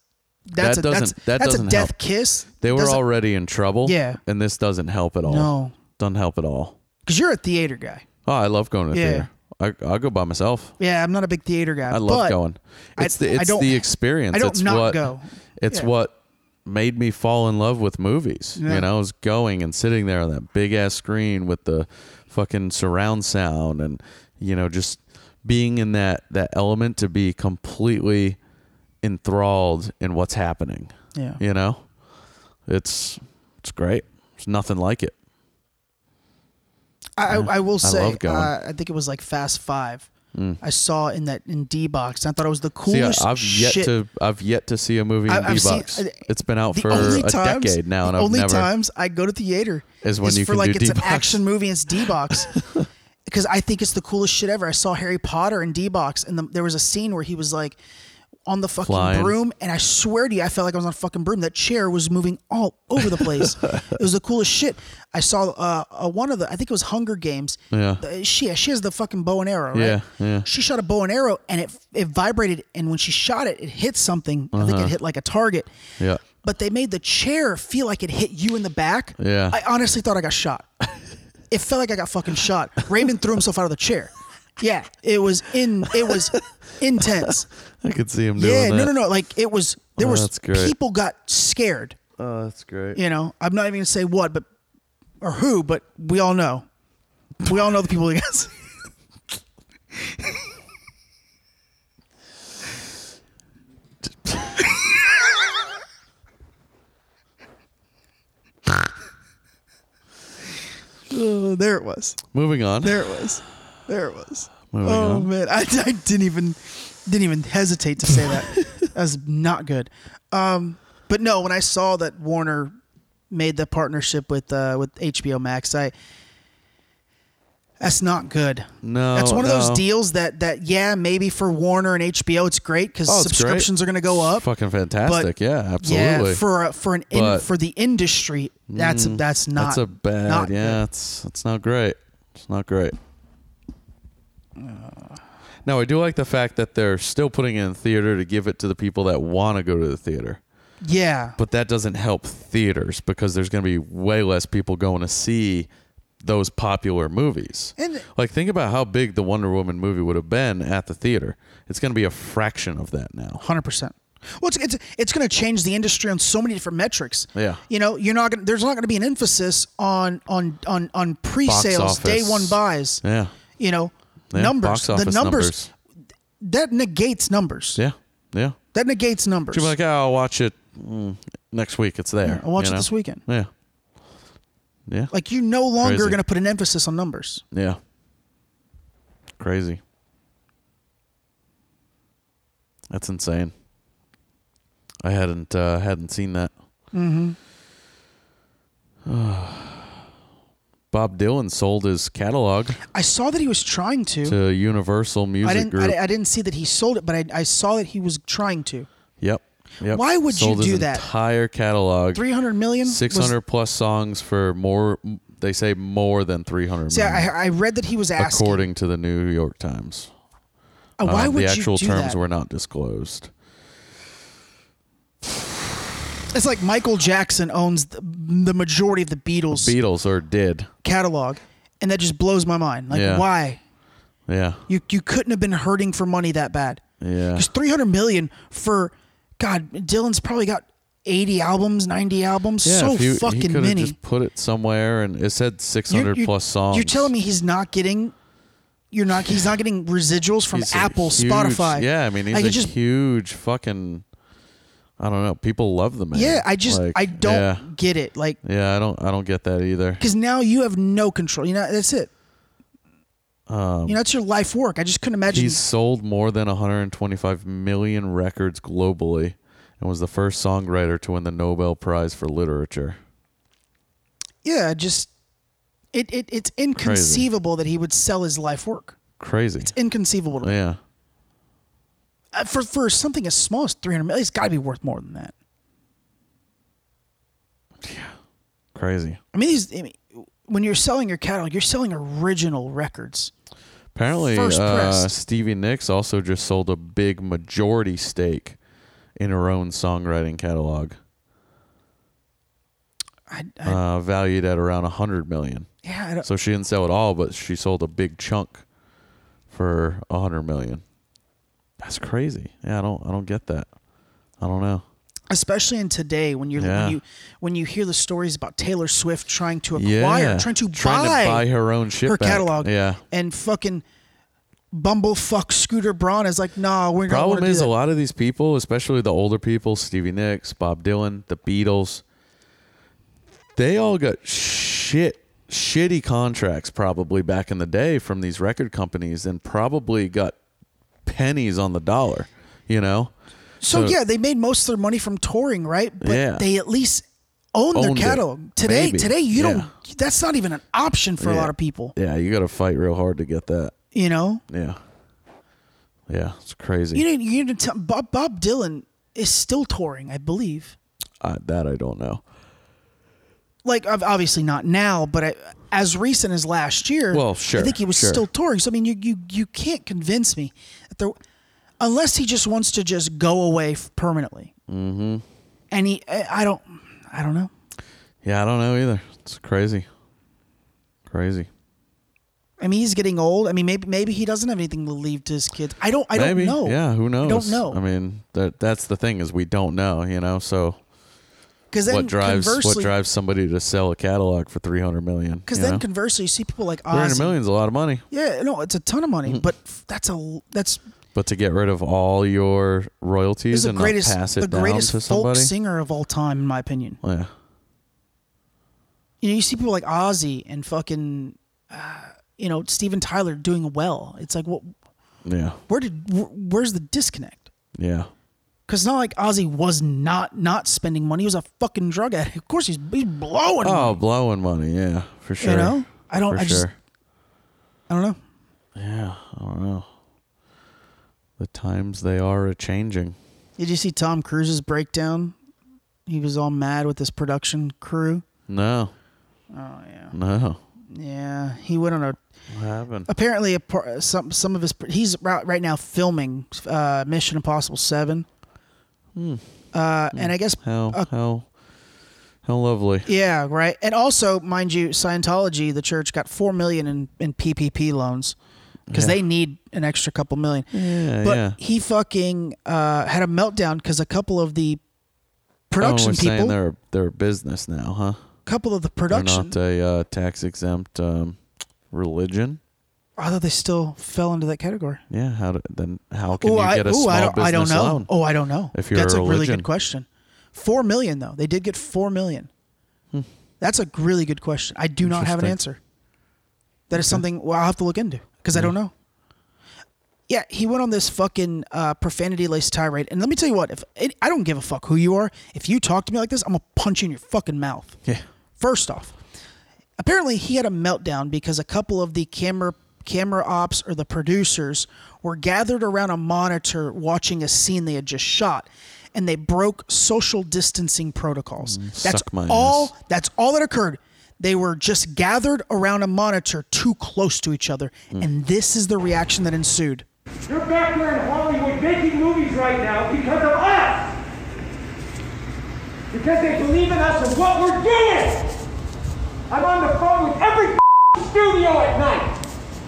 that's
That
a,
doesn't-
that's,
that
that's
doesn't
a death
help.
kiss."
They were
Doesn't-
already in trouble.
Yeah.
and this doesn't help at all.
No.
doesn't help at all.
Cause you're a theater guy.
Oh, I love going to
Yeah.
theater. I I'll go by myself.
Yeah, I'm not a big theater guy.
I love
but
going.
I-
It's the
I
it's
don't-
the experience.
I don't
it's
not
what,
go.
It's
Yeah.
what made me fall in love with movies.
Yeah.
You know, I was going and sitting there on that big ass screen with the fucking surround sound and you know just being in that that element to be completely enthralled in what's happening.
Yeah.
You know? It's it's great. There's nothing like it.
I, I, I will
I
say,
love going.
Uh, I think it was like Fast Five.
Mm.
I saw in that in D box. and I thought it was the
See, I-
coolest
I've yet
shit.
to I've yet to see a movie in
I- I've
D
seen- uh,
box. It's been out
the
for
only
a
times-
decade now, and
the
I've
only
never.
times I go to theater
Is when you
for
can
like
do
it's an
D-Box.
action movie. and It's D box because I think it's the coolest shit ever. I saw Harry Potter in D box, and the, there was a scene where he was like on the fucking
Flying.
broom, and I swear to you, I felt like I was on a fucking broom. That chair was moving all over the place. it was the coolest shit. I saw uh, uh, one of the, I think it was Hunger Games.
Yeah.
The- she she has the fucking bow and arrow, right?
Yeah, yeah.
She shot a bow and arrow, and it it vibrated, and when she shot it, it hit something. I think
Uh-huh.
it hit like a target
Yeah.
but they made the chair feel like it hit you in the back.
Yeah.
I honestly thought I got shot. it felt like I got fucking shot. Raymond threw himself out of the chair. Yeah, it was in it was intense.
I could see him doing
Yeah,
that.
no, no, no. Like it was there
Oh,
was
that's great.
people got scared.
Oh, that's great.
You know, I'm not even gonna say what, but or who, but we all know. We all know the people. that got- Oh, there it was.
Moving on.
There it was. There it was.
Moving
oh
on.
man, I, I didn't even didn't even hesitate to say that. that was not good. Um, but no, when I saw that Warner made the partnership with uh, with HBO Max, I that's not good.
No,
that's one of those
no.
deals that that yeah maybe for Warner and HBO it's great because
Oh, it's great.
subscriptions are going to go
It's
up.
fucking fantastic. yeah, absolutely.
Yeah, for a, for an in,
But-
for the industry, that's
Mm,
that's not
That's a bad.
not good.
yeah, it's it's not great. It's not great. Now I do like the fact that they're still putting it in theater to give it to the people that want to go to the theater.
yeah.
But that doesn't help theaters because there's going to be way less people going to see those popular movies.
And-
like think about how big the Wonder Woman movie would have been at the theater. It's going to be a fraction of that now.
Hundred percent. Well, it's it's, it's going to change the industry on so many different metrics.
Yeah.
You know, you're not going. There's not going to be an emphasis on on on on pre-sales,
Box
day
office.
one buys.
Yeah.
You know,
Yeah,
numbers.
box
The
office
numbers,
numbers.
that negates numbers.
Yeah. Yeah.
That negates numbers.
She'll be like, oh, I'll watch it mm, next week. It's there.
Yeah, I'll watch
you
it
know?
this weekend.
Yeah. Yeah.
Like, you're no longer
Crazy.
going to put an emphasis on numbers.
yeah. Crazy. That's insane. I hadn't uh, hadn't seen that.
Mm-hmm.
Bob Dylan sold his catalog
I saw that he was trying to.
to Universal Music
I didn't.
Group.
I, I didn't see that he sold it, but I, I saw that he was trying to.
yep. Yep.
Why would you
Sold his
do that?
Entire catalog.
Three hundred million. was-
600 plus songs for more they say more than 300
See,
million,
I, I read that he was asking.
according to the New York Times.
Uh, why
Um,
would
the actual
you do
terms
that?
were not disclosed.
It's like Michael Jackson owns the, the majority of the Beatles
Beatles or did.
catalog, and that just blows my mind. Like,
Yeah.
why
Yeah.
you you couldn't have been hurting for money that bad?
Yeah.
Because three hundred million for God, Dylan's probably got eighty albums, ninety albums,
yeah,
so
if you, he
fucking
could have
many.
just put it somewhere and it said 600
You're- you're-
plus songs.
You're telling me he's not getting. You're not. He's not getting residuals from
He's a
Apple,
huge-
Spotify.
Yeah, I mean, he's
Like,
a
it just
huge fucking I don't know. People love the man.
yeah. I just
Like,
I don't
yeah.
get it. Like
Yeah, I don't I don't get that either.
because now you have no control. You know that's it.
Um,
You know it's your life work. I just couldn't imagine.
He's sold more than 125 million records globally and was the first songwriter to win the Nobel Prize for Literature.
yeah, I just it, it it's inconceivable that he would sell his life work.
Crazy.
It's inconceivable to me.
yeah.
Uh, for for something as small as three hundred million. It's got to be worth more than that.
Crazy.
I mean, these I mean, when you're selling your catalog, you're selling original records.
Apparently,
First
uh,
pressed.
Stevie Nicks also just sold a big majority stake in her own songwriting catalog,
I, I,
uh, valued at around a hundred million.
Yeah, I don't-
so she didn't sell it all, but she sold a big chunk for a hundred million. That's crazy. Yeah, I don't, I don't get that. I don't know.
especially in today when you're
Yeah.
when you when you hear the stories about Taylor Swift trying to acquire,
Yeah,
trying to
trying to
buy
buy her own shit
her
back.
catalog,
Yeah.
and fucking bumblefuck Scooter Braun is like, nah, we're not.
Problem is,
do
a
that.
lot of these people, especially the older people, Stevie Nicks, Bob Dylan, the Beatles, they all got shit, shitty contracts probably back in the day from these record companies and probably got pennies on the dollar, you know?
So, yeah, they made most of their money from touring, right? But
Yeah.
they at least own their
Owned it.
catalog. Today,
Maybe.
today you
Yeah.
don't. That's not even an option for a lot of people.
Yeah, you got to fight real hard to get that.
You know,
Yeah. Yeah, it's crazy.
you didn't. You didn't tell Bob. Bob Dylan is still touring, I believe.
Uh, that I don't know.
Like ob- obviously not now, but I, as recent as last year.
Well, sure,
I think he was
sure.
still touring. So I mean, you you you can't convince me that there, unless he just wants to just go away f- permanently.
Mm-hmm.
And he, I I don't, I don't know.
Yeah, I don't know either. It's crazy. Crazy.
I mean, he's getting old. I mean, maybe maybe he doesn't have anything to leave to his kids. I don't. I
Maybe.
don't know.
Yeah, who knows?
I don't know.
I mean, that that's the thing is we don't know, you know. So
'Cause then
what drives what
conversely-
drives somebody to sell a catalog for 300 million?
Because
you
then,
know?
conversely, you see people like
300
Ozzy.
million Mm-hmm. is a lot of money.
Yeah, no, it's a ton of money, but f- that's a that's
But to get rid of all your royalties
he's the
and not
greatest
pass it
the
down
greatest
to
folk
somebody.
singer of all time, in my opinion.
yeah.
You know, you see people like Ozzy and fucking, uh, you know, Steven Tyler doing well. It's like, what?
Yeah.
Where did? Wh- where's the disconnect?
Yeah.
Because it's not like Ozzy was not not spending money. He was a fucking drug addict. Of course, he's he's blowing.
oh,
money.
blowing money. Yeah, for sure.
Mm. know? I don't-
For
I
sure.
just- I don't know.
Yeah, I don't know. The times they are a changing.
Did you see Tom Cruise's breakdown? He was all mad with his production crew.
No.
Oh yeah.
No.
Yeah, he went on a.
What happened?
Apparently, a par- some some of his he's ri- right now filming uh, Mission Impossible Seven.
Hmm.
Uh, and I guess
How how how lovely.
yeah, right. And also, mind you, Scientology, the church, got four million in in PPP loans because
Yeah.
they need an extra couple million.
Yeah,
but
yeah.
he fucking uh, had a meltdown because a couple of the
oh,
production
we're
people,
saying they're they're a business now, huh?
couple of the production,
They're not a uh, tax exempt um, religion.
I thought they still fell into that category.
Yeah. How do, then? How can
Ooh,
you
I-
get a
ooh,
small
I don't,
business
I don't know.
loan?
Oh, I don't know.
If you're
That's a, really
religion?
good question. Four million though, they did get four million.
Hmm.
That's a really good question. I do not have an
Interesting. Hmm.
answer. That is something well, I'll have to look into because I don't know. Yeah, he went on this fucking uh, profanity laced tirade, and let me tell you what: if it, I don't give a fuck who you are, if you talk to me like this, I'm gonna punch you in your fucking mouth.
Yeah.
First off, apparently he had a meltdown because a couple of the camera camera ops or the producers were gathered around a monitor watching a scene they had just shot and they broke social distancing protocols. that's
Mm, suck my
all that's all that occurred. They were just gathered around a monitor too close to each other
Mm.
and this is the reaction that ensued.
You're back here in Hollywood making movies right now because of us! Because they believe in us and what we're doing! I'm on the phone with every studio at night!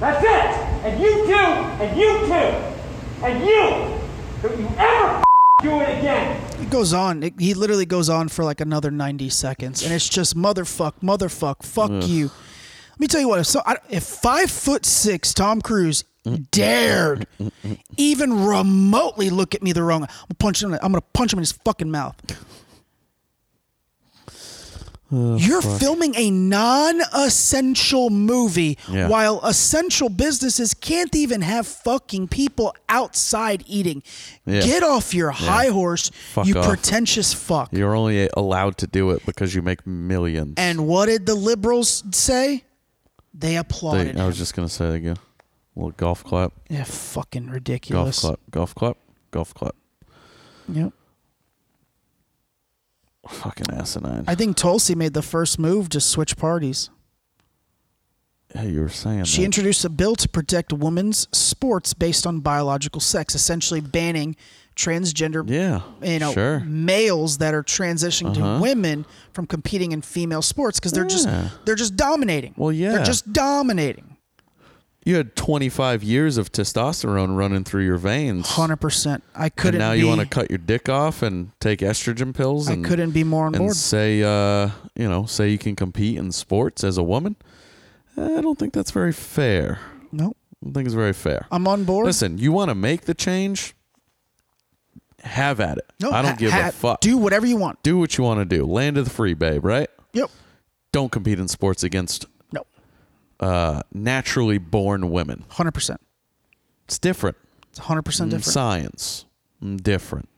That's it. And you too. And you too. And you. Don't you ever f***ing do it again.
It goes on. It, he literally goes on for like another 90 seconds, and it's just motherfuck, motherfuck, fuck
Ugh.
you. Let me tell you what. If, so, I, if five foot six Tom Cruise dared even remotely look at me the wrong, I'm gonna punch him. in the- I'm gonna punch him in his fucking mouth. You're
fuck.
filming a non-essential movie
Yeah.
while essential businesses can't even have fucking people outside eating.
Yeah.
Get off your high horse,
Fuck
you
off.
pretentious fuck.
You're only allowed to do it because you make millions.
And what did the liberals say? They
They- uh,
applauded
I
him.
was just gonna say again. Little golf clap.
yeah, fucking
Golf
ridiculous.
clap. Golf clap. Golf clap.
Yep.
Fucking asinine.
I think Tulsi made the first move to switch parties.
hey, you were saying
She
that.
introduced a bill to protect women's sports based on biological sex, essentially banning transgender
Yeah,
you know
sure.
males that are transitioning
Uh-huh.
to women from competing in female sports because they're
Yeah.
just they're just dominating. Well,
yeah.
They're just dominating.
you had 25 years of testosterone running through your veins.
100%. I couldn't
And now
be
you want to cut your dick off and take estrogen pills.
I
And,
couldn't be more on
and
board.
Say, uh, you know, say you can compete in sports as a woman. I don't think that's very fair.
No.
I don't think it's very fair.
I'm on board.
Listen, you want to make the change? Have at it.
No,
I don't
ha-
give
ha-
a fuck.
Do whatever you want.
do what you want to do. Land of the free, babe. Right?
Yep.
Don't compete in sports against
No.
uh, naturally born women.
100%.
It's different.
It's 100%
Mm,
different.
Science. Mm, Different.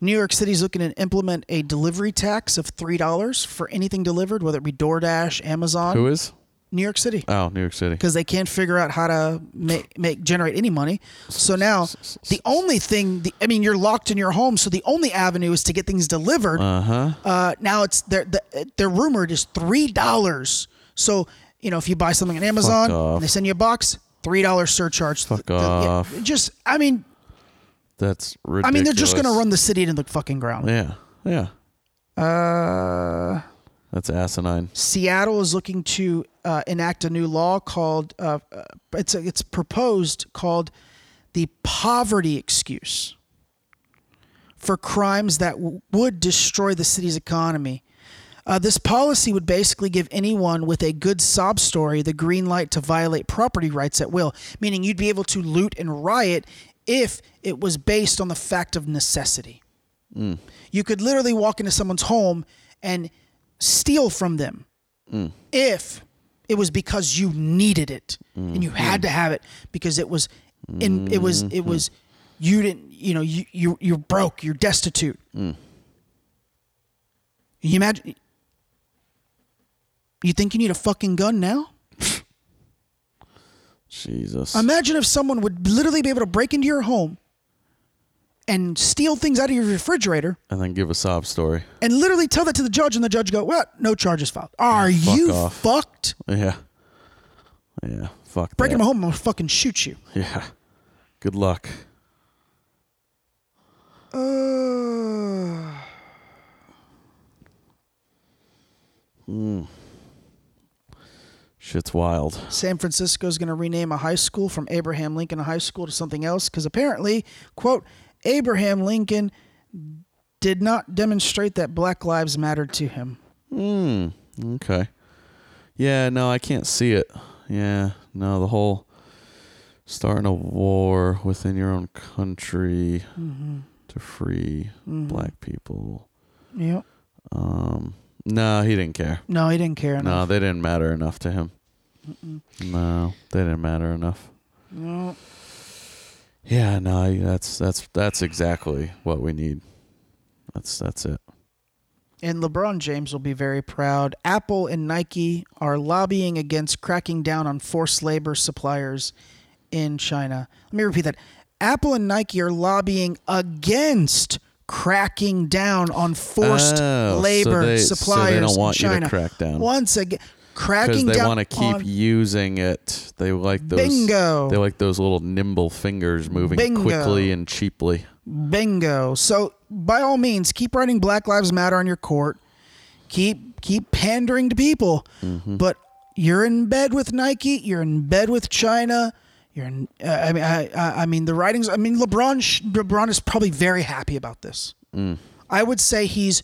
New York City's looking to implement a delivery tax of $3 for anything delivered, whether it be DoorDash, Amazon.
Who is?
New York City.
Oh, New York City.
because they can't figure out how to make, make generate any money. So now the only thing, the, I mean, you're locked in your home, so the only avenue is to get things delivered.
Uh huh.
Uh, now it's they're the- they're rumored is three dollars. So you know if you buy something on Amazon
off.
and they send you a box, three dollar surcharge. Fuck
off.
just I mean
That's
I
ridiculous.
mean they're just gonna run the city into the fucking ground.
Yeah. Yeah.
Uh,
That's asinine.
Seattle is looking to uh, enact a new law called uh, uh, it's it's proposed called the poverty excuse for crimes that w- would destroy the city's economy. Uh, this policy would basically give anyone with a good sob story the green light to violate property rights at will, meaning you'd be able to loot and riot if it was based on the fact of necessity. You could literally walk into someone's home and steal from them if it was because you needed it and you had
Mm-hmm.
to have it because it was in it was it was
Mm-hmm.
you didn't you know you you you're broke you're destitute.
Mm.
You imagine you think you need a fucking gun now?
Jesus.
Imagine if someone would literally be able to break into your home and steal things out of your refrigerator
and then give a sob story.
and literally tell that to the judge, and the judge go, "What? No charges filed. Are
Fuck
you
off.
fucked?
Yeah. Yeah. Fuck.
Break
that.
into my home, I'm gonna fucking shoot you."
Yeah. Good luck.
Uh,
Hmm. Shit's wild.
San Francisco's gonna rename a high school from Abraham Lincoln High School to something else because apparently, quote, Abraham Lincoln did not demonstrate that Black Lives mattered to him.
Hmm. Okay. Yeah. No, I can't see it. Yeah. No, the whole starting a war within your own country to free black people.
Yep.
Um. No, he didn't care.
No, he didn't care
No,
enough.
they didn't matter enough to him. No, they didn't matter enough.
No.
Yeah, no, I- that's that's that's exactly what we need. That's that's it.
And LeBron James will be very proud. Apple and Nike are lobbying against cracking down on forced labor suppliers in China. Let me repeat that. Apple and Nike are lobbying against cracking down on forced
Oh, so
labor
they- so they
suppliers
don't want
in
you to
China.
crack down.
Once again,
Because
cracking
they
down
want to keep
on
using it. They like those.
Bingo.
They like those little nimble fingers moving
Bingo.
quickly and cheaply.
Bingo. So by all means, keep writing Black Lives Matter on your court. Keep keep pandering to people. But you're in bed with Nike. You're in bed with China. You're in, uh, I mean, I, I, I mean, the writings. I mean, LeBron. sh- LeBron is probably very happy about this. I would say he's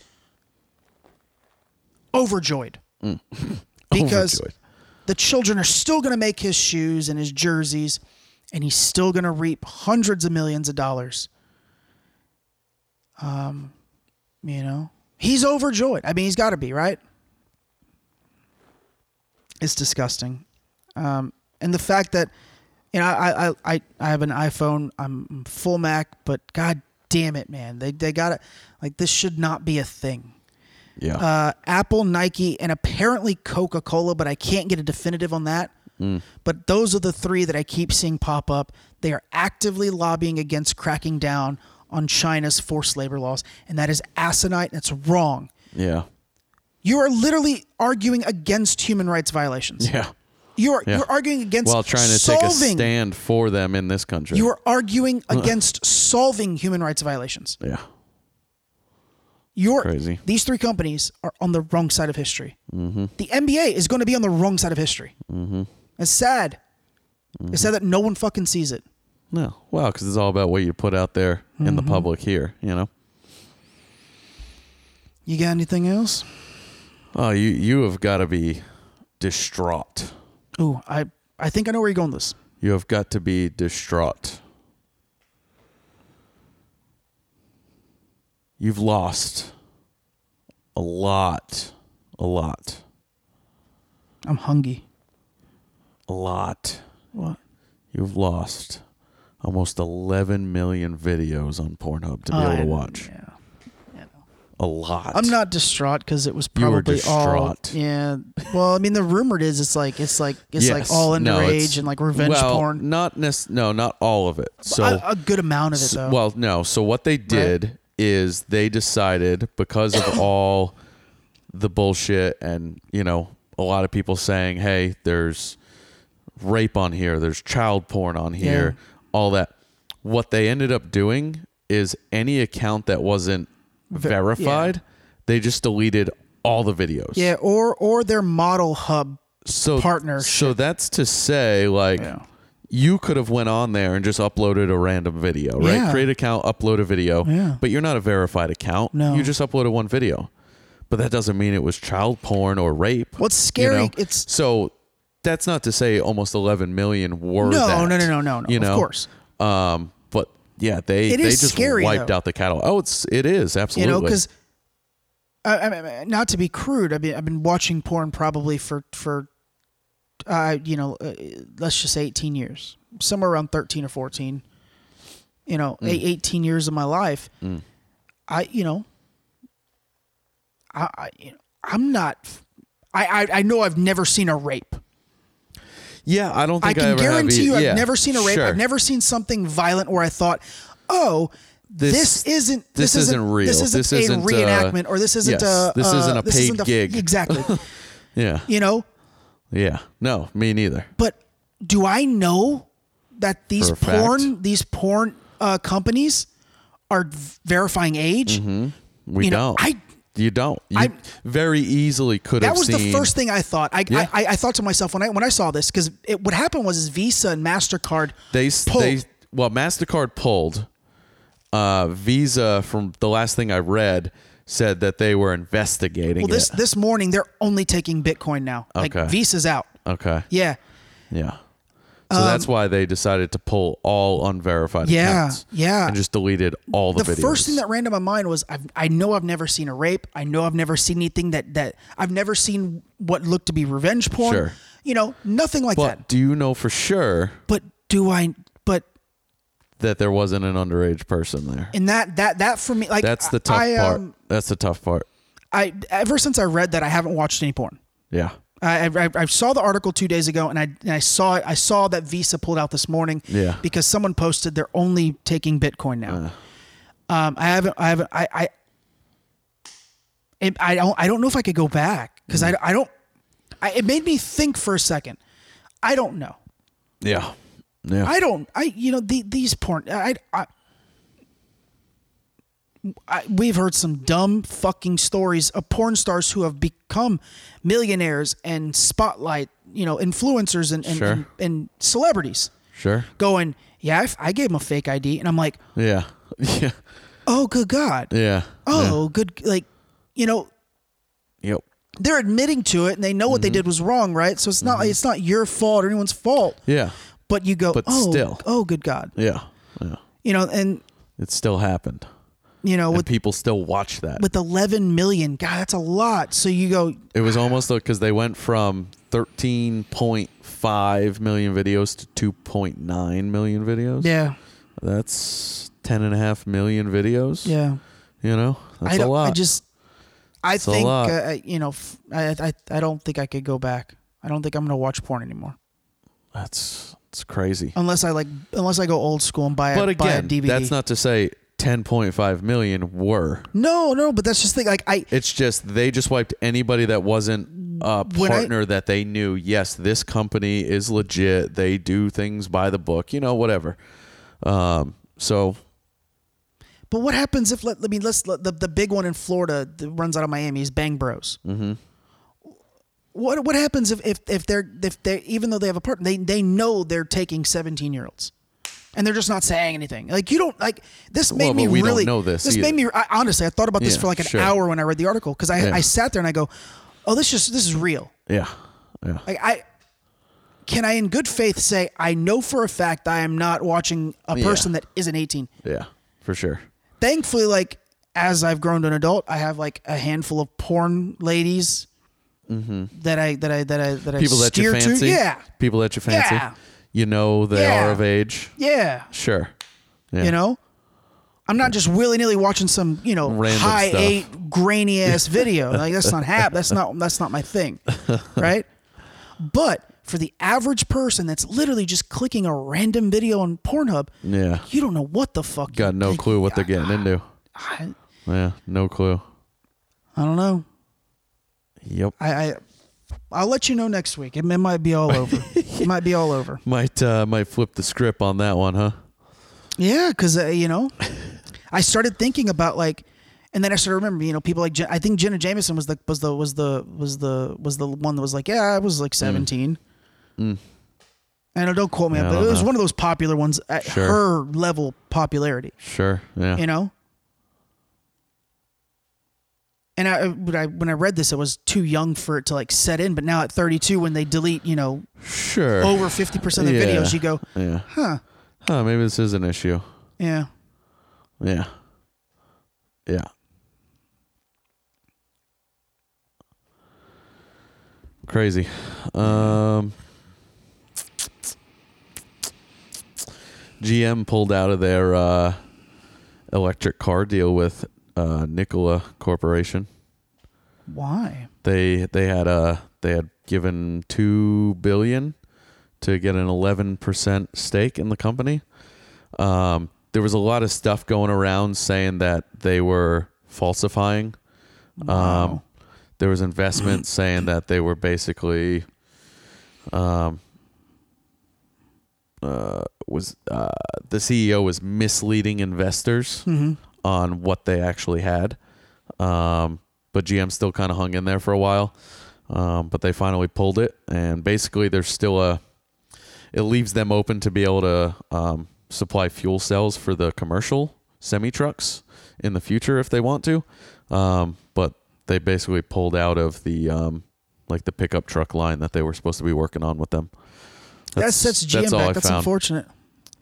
overjoyed because
Overjoyed.
the children are still going to make his shoes and his jerseys, and he's still going to reap hundreds of millions of dollars. Um, you know, He's overjoyed. I mean, he's got to be, right? It's disgusting. Um, and the fact that, you know, I, I, I, I have an iPhone, I'm full Mac, but God damn it, man. They, they got to, like, this should not be a thing.
Yeah.
Uh, Apple, Nike, and apparently Coca Cola, but I can't get a definitive on that.
Mm.
But those are the three that I keep seeing pop up. They are actively lobbying against cracking down on China's forced labor laws, and that is asinine. That's wrong.
Yeah.
You are literally arguing against human rights violations.
Yeah.
You are
Yeah.
you're arguing against
while trying to
solving.
take a stand for them in this country.
You are arguing
Uh.
against solving human rights violations.
yeah.
You're
Crazy.
These three companies are on the wrong side of history.
Mm-hmm.
The NBA is going to be on the wrong side of history.
Mm-hmm.
It's sad. It's sad that no one fucking sees it.
No. Well, because it's all about what you put out there in the
Mhm.
public here. You know.
You got anything else?
Oh, you you have got to be distraught.
Ooh, I I think I know where you're going with this.
You have got to be distraught. You've lost a lot, a lot,
I'm hungry.
a lot.
What?
You've lost almost 11 million videos on Pornhub to be
Oh,
able
I-
to watch. Yeah. A lot.
I'm not distraught because it was
You were
probably all
distraught.
yeah. Well, I mean, the rumored is it's like it's like it's like
Yes.
all
No,
underage
it's-
and like revenge
well,
porn.
Not nec- no, not all of it. So
a, a good amount of it
S-
though.
Well, no. So what they did is they decided because of all the bullshit and you know a lot of people saying, "Hey, there's rape on here, there's child porn on here, all that." What they ended up doing is any account that wasn't
Ver- yeah.
verified, they just deleted all the videos.
yeah, or or their model hub
So
partner.
So that's to say, like, you could have went on there and just uploaded a random video, right?
Yeah.
Create account, upload a video.
Yeah.
But you're not a verified account.
No.
You just uploaded one video. But that doesn't mean it was child porn or rape.
What's scary, it's-
so that's not to say almost 11 million were
No,
that,
no, no, no, no, no,
You
of
know?
course.
Um, but yeah, they
It
they
is
just
scary,
wiped
though.
out the catalog. Oh, it's it is
you
absolutely.
know, because I, I, I- not to be crude, I mean, I've been watching porn probably for for uh, you know, uh, let's just say eighteen years, somewhere around thirteen or fourteen. You know,
Mm.
eight- eighteen years of my life,
Mm.
I you know, I, I you know, I'm not. I, I I know I've never seen a rape.
yeah, I don't
I
think I,
can
ever have
guarantee
e-
you, I've
yeah,
never seen a rape.
sure.
I've never seen something violent where I thought, oh. This,
This-
isn't
this isn't real.
This isn't
This
a
isn't, uh,
reenactment, or this isn't
yes,
a
this
uh,
isn't a
this
paid
isn't
gig.
Exactly.
Yeah.
you know,
Yeah. No, me neither.
but do I know that these
For a fact.
porn these porn uh, companies are verifying age?
hmm We
You know,
don't.
I-
you don't. You
I-
very easily could
That
have
was
seen.
the first thing I thought. I,
Yeah.
I, I I thought to myself when I when I saw this because what happened was is Visa and Mastercard
They s-
pulled.
they well, Mastercard pulled. Uh, Visa from the last thing I read said that they were investigating
well this
it.
this morning they're only taking Bitcoin now. Like
Okay.
Visa's out.
Okay.
Yeah.
Yeah. So
Um,
that's why they decided to pull all unverified
Yeah,
accounts.
yeah.
And just deleted all the,
the
videos.
first thing that ran to my mind was I've, I know I've never seen a rape. I know I've never seen anything that that I've never seen what looked to be revenge porn.
Sure.
You know, nothing like
but
that.
do you know for sure
But do I? But
that there wasn't an underage person there?
and that that that for me, like
that's the tough
I,
part.
Um,
that's the tough part.
I ever since I read that, I haven't watched any porn.
Yeah.
I, I, I saw the article two days ago, and I and I saw I saw that Visa pulled out this morning.
Yeah.
Because someone posted they're only taking Bitcoin now. Um, I haven't. I haven't. I. I it, I don't. I don't know if I could go back because I. I don't. I, it made me think for a second. I don't know.
Yeah. Yeah.
I don't. I you know the, these porn. I, I, I we've heard some dumb fucking stories of porn stars who have become millionaires and spotlight you know influencers and and,
Sure.
and, and celebrities
sure.
going yeah I, f- I gave him a fake ID and I'm like
Yeah. Yeah.
oh good god
Yeah.
oh good like you know
Yeah. Yep.
they're admitting to it and they know what they
Mm-hmm.
did was wrong right so it's not like it's not your fault or anyone's fault
Yeah.
but you go
Mm-hmm. But
oh
still.
oh good god
Yeah. Yeah.
you know and
It still happened.
you know,
and
with
people still watch that.
with 11 million. God, that's a lot. So you go,
It was almost because they went from 13.5 million videos to 2.9 million videos.
Yeah.
That's 10.5 million videos.
Yeah.
You know, that's
I
a
don't.
lot.
I just. I
It's a
think
lot.
uh, you know. F- I, I I don't think I could go back. I don't think I'm gonna watch porn anymore
That's it's crazy.
unless I like unless I go old school and buy a,
But
buy a
again,
DVD.
that's not to say 10.5 million were.
No, no, but that's just the thing. Like I
It's just they just wiped anybody that wasn't a
When I-
partner that they knew. Yes, this company is legit. They do things by the book. You know, whatever. Um, so
But what happens if let, I mean let's let, the the big one in Florida that runs out of Miami is Bang Bros.
mm-hmm.
What what happens if if, if they're if they even though they have a partner they they know they're taking seventeen year olds, and they're just not saying anything. Like you don't like this made
Well,
me
but we don't
really
know this
This
either.
made me I, honestly I thought about this
Yeah,
for like an
sure.
hour when I read the article because I
Yeah.
I sat there and I go, oh this just this is real.
yeah, yeah.
Like I can I in good faith say I know for a fact I am not watching a
Yeah.
person that isn't eighteen.
Yeah, for sure.
thankfully, like as I've grown to an adult, I have like a handful of porn ladies
Mm-hmm.
that I that I that I that
People
I
that you
steer
fancy.
to. Yeah,
People that you fancy.
Yeah.
You know they
Yeah.
are of age.
yeah.
Sure. Yeah.
You know, I'm not just willy nilly watching some you know
Random
high
stuff.
eight grainy ass video. Like that's not hap. That's not that's not my thing, right? But for the average person that's literally just clicking a random video on Pornhub,
Yeah.
you don't know what the fuck. you-
Got no
like,
clue what they're getting into.
I,
Yeah, no clue.
I don't know.
Yep.
I, I I'll let you know next week. It, it might be all over. it might be all over.
Might uh, might flip the script on that one, huh?
Yeah, because uh, you know, I started thinking about like, and then I started remembering. You know, people like Jen, I think Jenna Jameson was the was the was the was the was the one that was like, yeah, I was like seventeen.
Mm.
I know, don't quote me,
Yeah, I
on but
don't
it was
know.
one of those popular ones at
Sure.
her level of popularity.
Sure. Yeah.
You know. And I uh, when I when I read this, it was too young for it to like set in. But now at 32, when they delete, you know,
sure.
over 50% of the
Yeah.
videos, you go,
Yeah.
huh,
Huh, maybe this is an issue.
yeah.
Yeah. Yeah. Crazy. Um GM pulled out of their uh electric car deal with uh Nikola Corporation.
Why?
They they had uh they had given 2 billion to get an 11% stake in the company. Um, there was a lot of stuff going around saying that they were falsifying. Um, there was investment saying that they were basically, um, uh, was uh, the CEO was misleading investors
Mhm.
on what they actually had. Um, but GM still kind of hung in there for a while. Um, but they finally pulled it, and basically there's still a it leaves them open to be able to um, supply fuel cells for the commercial semi trucks in the future if they want to. Um, but they basically pulled out of the um, like the pickup truck line that they were supposed to be working on with them.
That's, that's, GM
all
back.
I
that's
found.
unfortunate.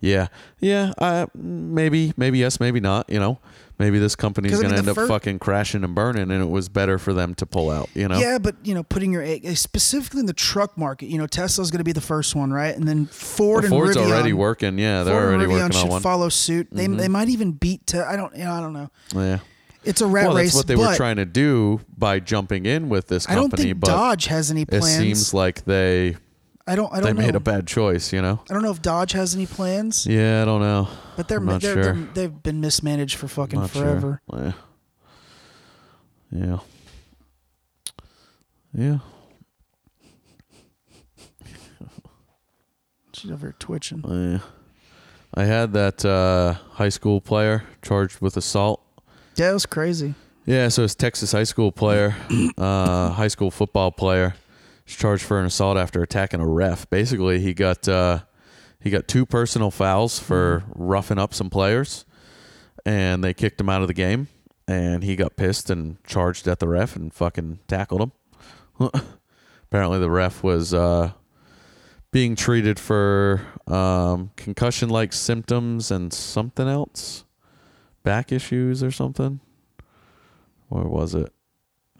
Yeah, yeah. I maybe, maybe yes, maybe not. You know, maybe this company's
'Cause, I
going
mean,
to end
the fir-
up fucking crashing and burning, and it was better for them to pull out. You know,
Yeah, but you know, putting your egg specifically in the truck market, you know, Tesla's going to be the first one, right? And then Ford
Well,
and
Ford's
Rivian,
already working. Yeah, they're
Ford and
already
Rivian
working
should
on one.
follow suit. They
Mhm.
they might even beat. Te- I don't you know I don't know.
yeah.
It's a rat
well,
race.
that's what they
but
were trying to do by jumping in with this
I
company.
don't think
but
Dodge has any
it
plans.
seems like they
I don't I
they
don't know.
made a bad choice. You know.
I don't know if Dodge has any plans,
Yeah, I don't know.
but they're,
I'm not
they're,
sure.
they're they've been mismanaged for fucking
Not sure.
forever.
Yeah. Yeah. Yeah.
She's over here twitching.
Yeah. I had that uh, high school player charged with assault.
Yeah, it was crazy.
Yeah, so it's Texas high school player, uh, high school football player, is charged for an assault after attacking a ref. Basically, he got uh, he got two personal fouls for roughing up some players, and they kicked him out of the game. And he got pissed and charged at the ref and fucking tackled him. Apparently, the ref was uh, being treated for um, concussion like symptoms and something else. back issues or something. Or was it?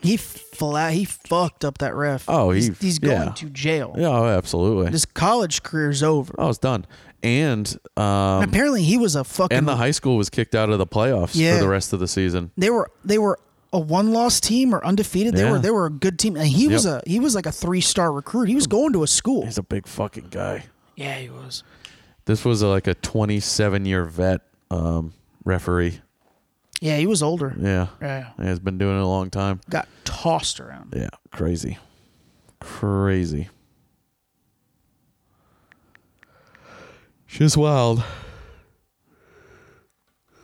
He flat. He fucked up that ref.
Oh, he-
he's, he's
yeah.
going to jail.
Yeah, oh, absolutely.
His college career's over.
oh, it's done. And
And
um,
apparently, he was a fucking.
and the high school was kicked out of the playoffs
Yeah.
for the rest of the season.
they were they were a one loss team or undefeated. They
Yeah.
were they were a good team, and he was a
Yep.
he was like a three star recruit. He was going to a school.
He's a big fucking guy.
yeah, he was.
This was uh, like a 27 year vet um, referee.
Yeah, he was older.
Yeah.
Yeah.
He's been doing it a long time.
Got tossed around.
Yeah. Crazy. Crazy. She's wild.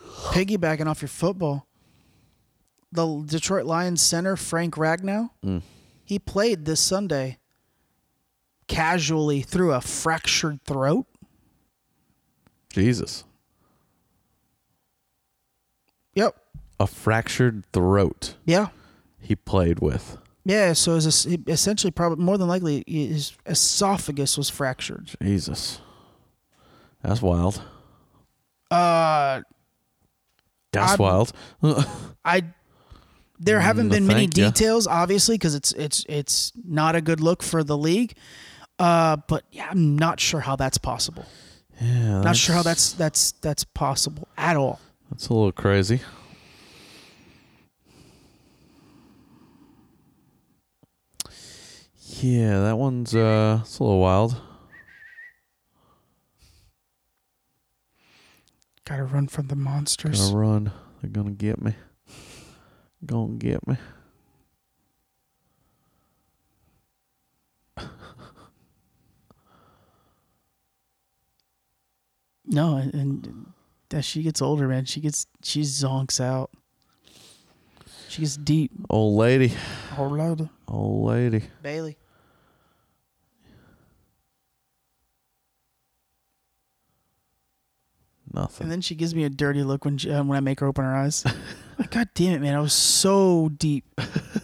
Piggybacking off your football. The Detroit Lions center Frank Ragnow,
Mm.
he played this Sunday. Casually through a fractured throat.
Jesus.
Yep.
A fractured throat
Yeah.
he played with.
Yeah. So it was es- essentially probably more than likely his esophagus was fractured.
Jesus. That's wild.
Uh,
That's
I'm-
wild.
I there haven't
Mm,
been many
thank ya.
details, obviously, because it's it's it's not a good look for the league. Uh, but yeah, I'm not sure how that's possible.
yeah.
Not sure how that's that's that's possible at all.
That's a little crazy. Yeah, that one's uh, it's a little wild.
Gotta run from the monsters.
Gonna run. They're gonna get me. Gonna get me.
No, and- and as she gets older, man, she gets she zonks out. She gets deep.
Old lady.
Old lady.
Old lady.
Bailey. And
Nothing.
then she gives me a dirty look when she, uh, when I make her open her eyes. like, God damn it, man! I was so deep.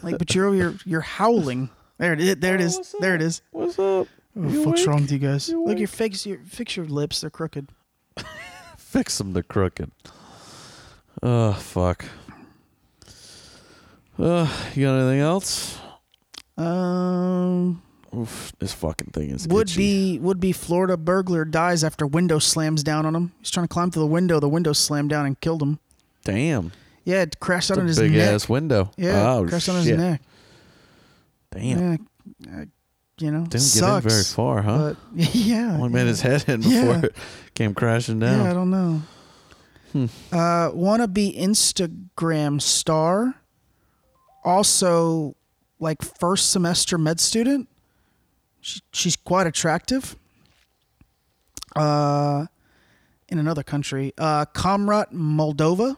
Like, but you're you're, you're howling. There it is. There it is. There it is.
What's up?
Oh, What the fuck's wrong with you guys? Look, your fix your fix your lips. They're crooked.
Fix them. They're crooked. Oh fuck. Uh, you got anything else?
Um,
Oof, this fucking thing is
would
itchy.
be would be Florida burglar dies after window slams down on him. He's trying to climb through the window. The window slammed down and killed him.
Damn.
Yeah, it crashed out on his
It's a big
neck.
ass window.
Yeah,
Oh,
crashed
shit.
on his neck.
Damn.
Yeah, uh, you know,
Didn't
sucks,
get in very far, huh?
But yeah,
Only made
yeah.
his head in before
Yeah.
it came crashing
Yeah, I
down.
don't know. Uh, wanna be Instagram star, also like first semester med student. She, she's quite attractive. Uh, in another country, uh, Comrat Moldova,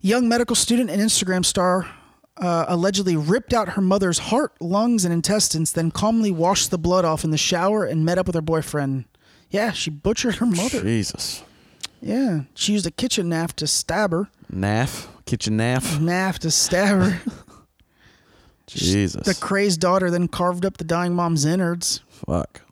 young medical student and Instagram star. Uh, allegedly ripped out her mother's heart, lungs, and intestines, then calmly washed the blood off in the shower and met up with her boyfriend. Yeah, she butchered her mother.
Jesus.
Yeah, she used a kitchen knife to stab her.
Naff. Kitchen naff.
Knife to stab her.
Jesus.
Mm-hmm. the crazed daughter then carved up the dying mom's innards.
Fuck.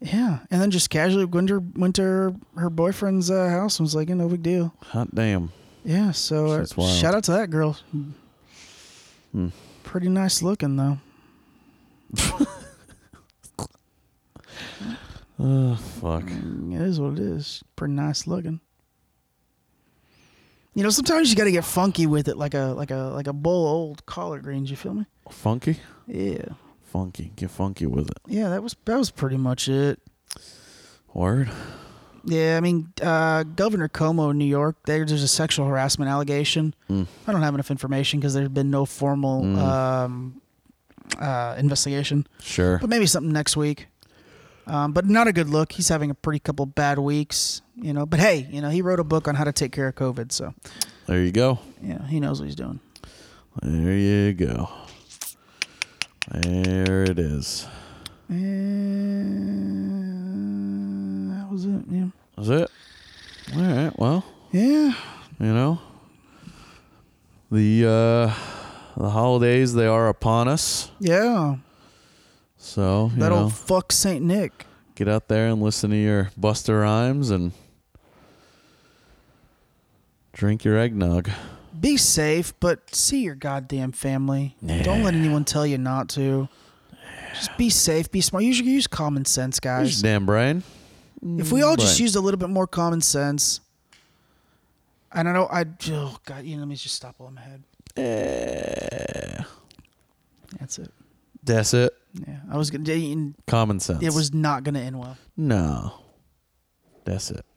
Yeah, and then just casually went to, went to her, her boyfriend's uh, house and was like, "Yeah, no big deal.
Hot damn.
Yeah, so uh,
Shit's wild. Hmm.
shout out to that girl. Pretty nice looking though.
Fuck.
It is what it is. Pretty nice looking. You know, sometimes you got to get funky with it, like a like a like a bowl of old collard greens. You feel me?
Funky?
Yeah.
Funky. Get funky with it.
Yeah, that was that was pretty much it.
Word.
Yeah, I mean, uh, Governor Como in New York, there, there's a sexual harassment allegation.
Hmm.
I don't have enough information because there's been no formal um, uh, investigation,
Sure.
but maybe something next week. Um, but not a good look. He's having a pretty couple bad weeks, you know. But hey, you know, he wrote a book on how to take care of COVID, so
There you go.
you know, he knows what he's doing.
There you go. There it is.
And that was it. Yeah,
That's it. All right. Well,
yeah.
you know the uh the holidays they are upon us
yeah.
so you
That
know
old fuck Saint Nick.
get out there and listen to your buster rhymes and Drink your eggnog.
Be safe, but see your goddamn family. Don't let anyone tell you not to. Just be safe, be smart. Use use common sense, guys.
Damn, Brian.
If we all just
Right.
used a little bit more common sense, and I know I oh god, you know, let me just stop while I'm ahead. That's it.
That's it.
Yeah, I was gonna. and
Common sense.
It was not gonna end well.
No. That's it.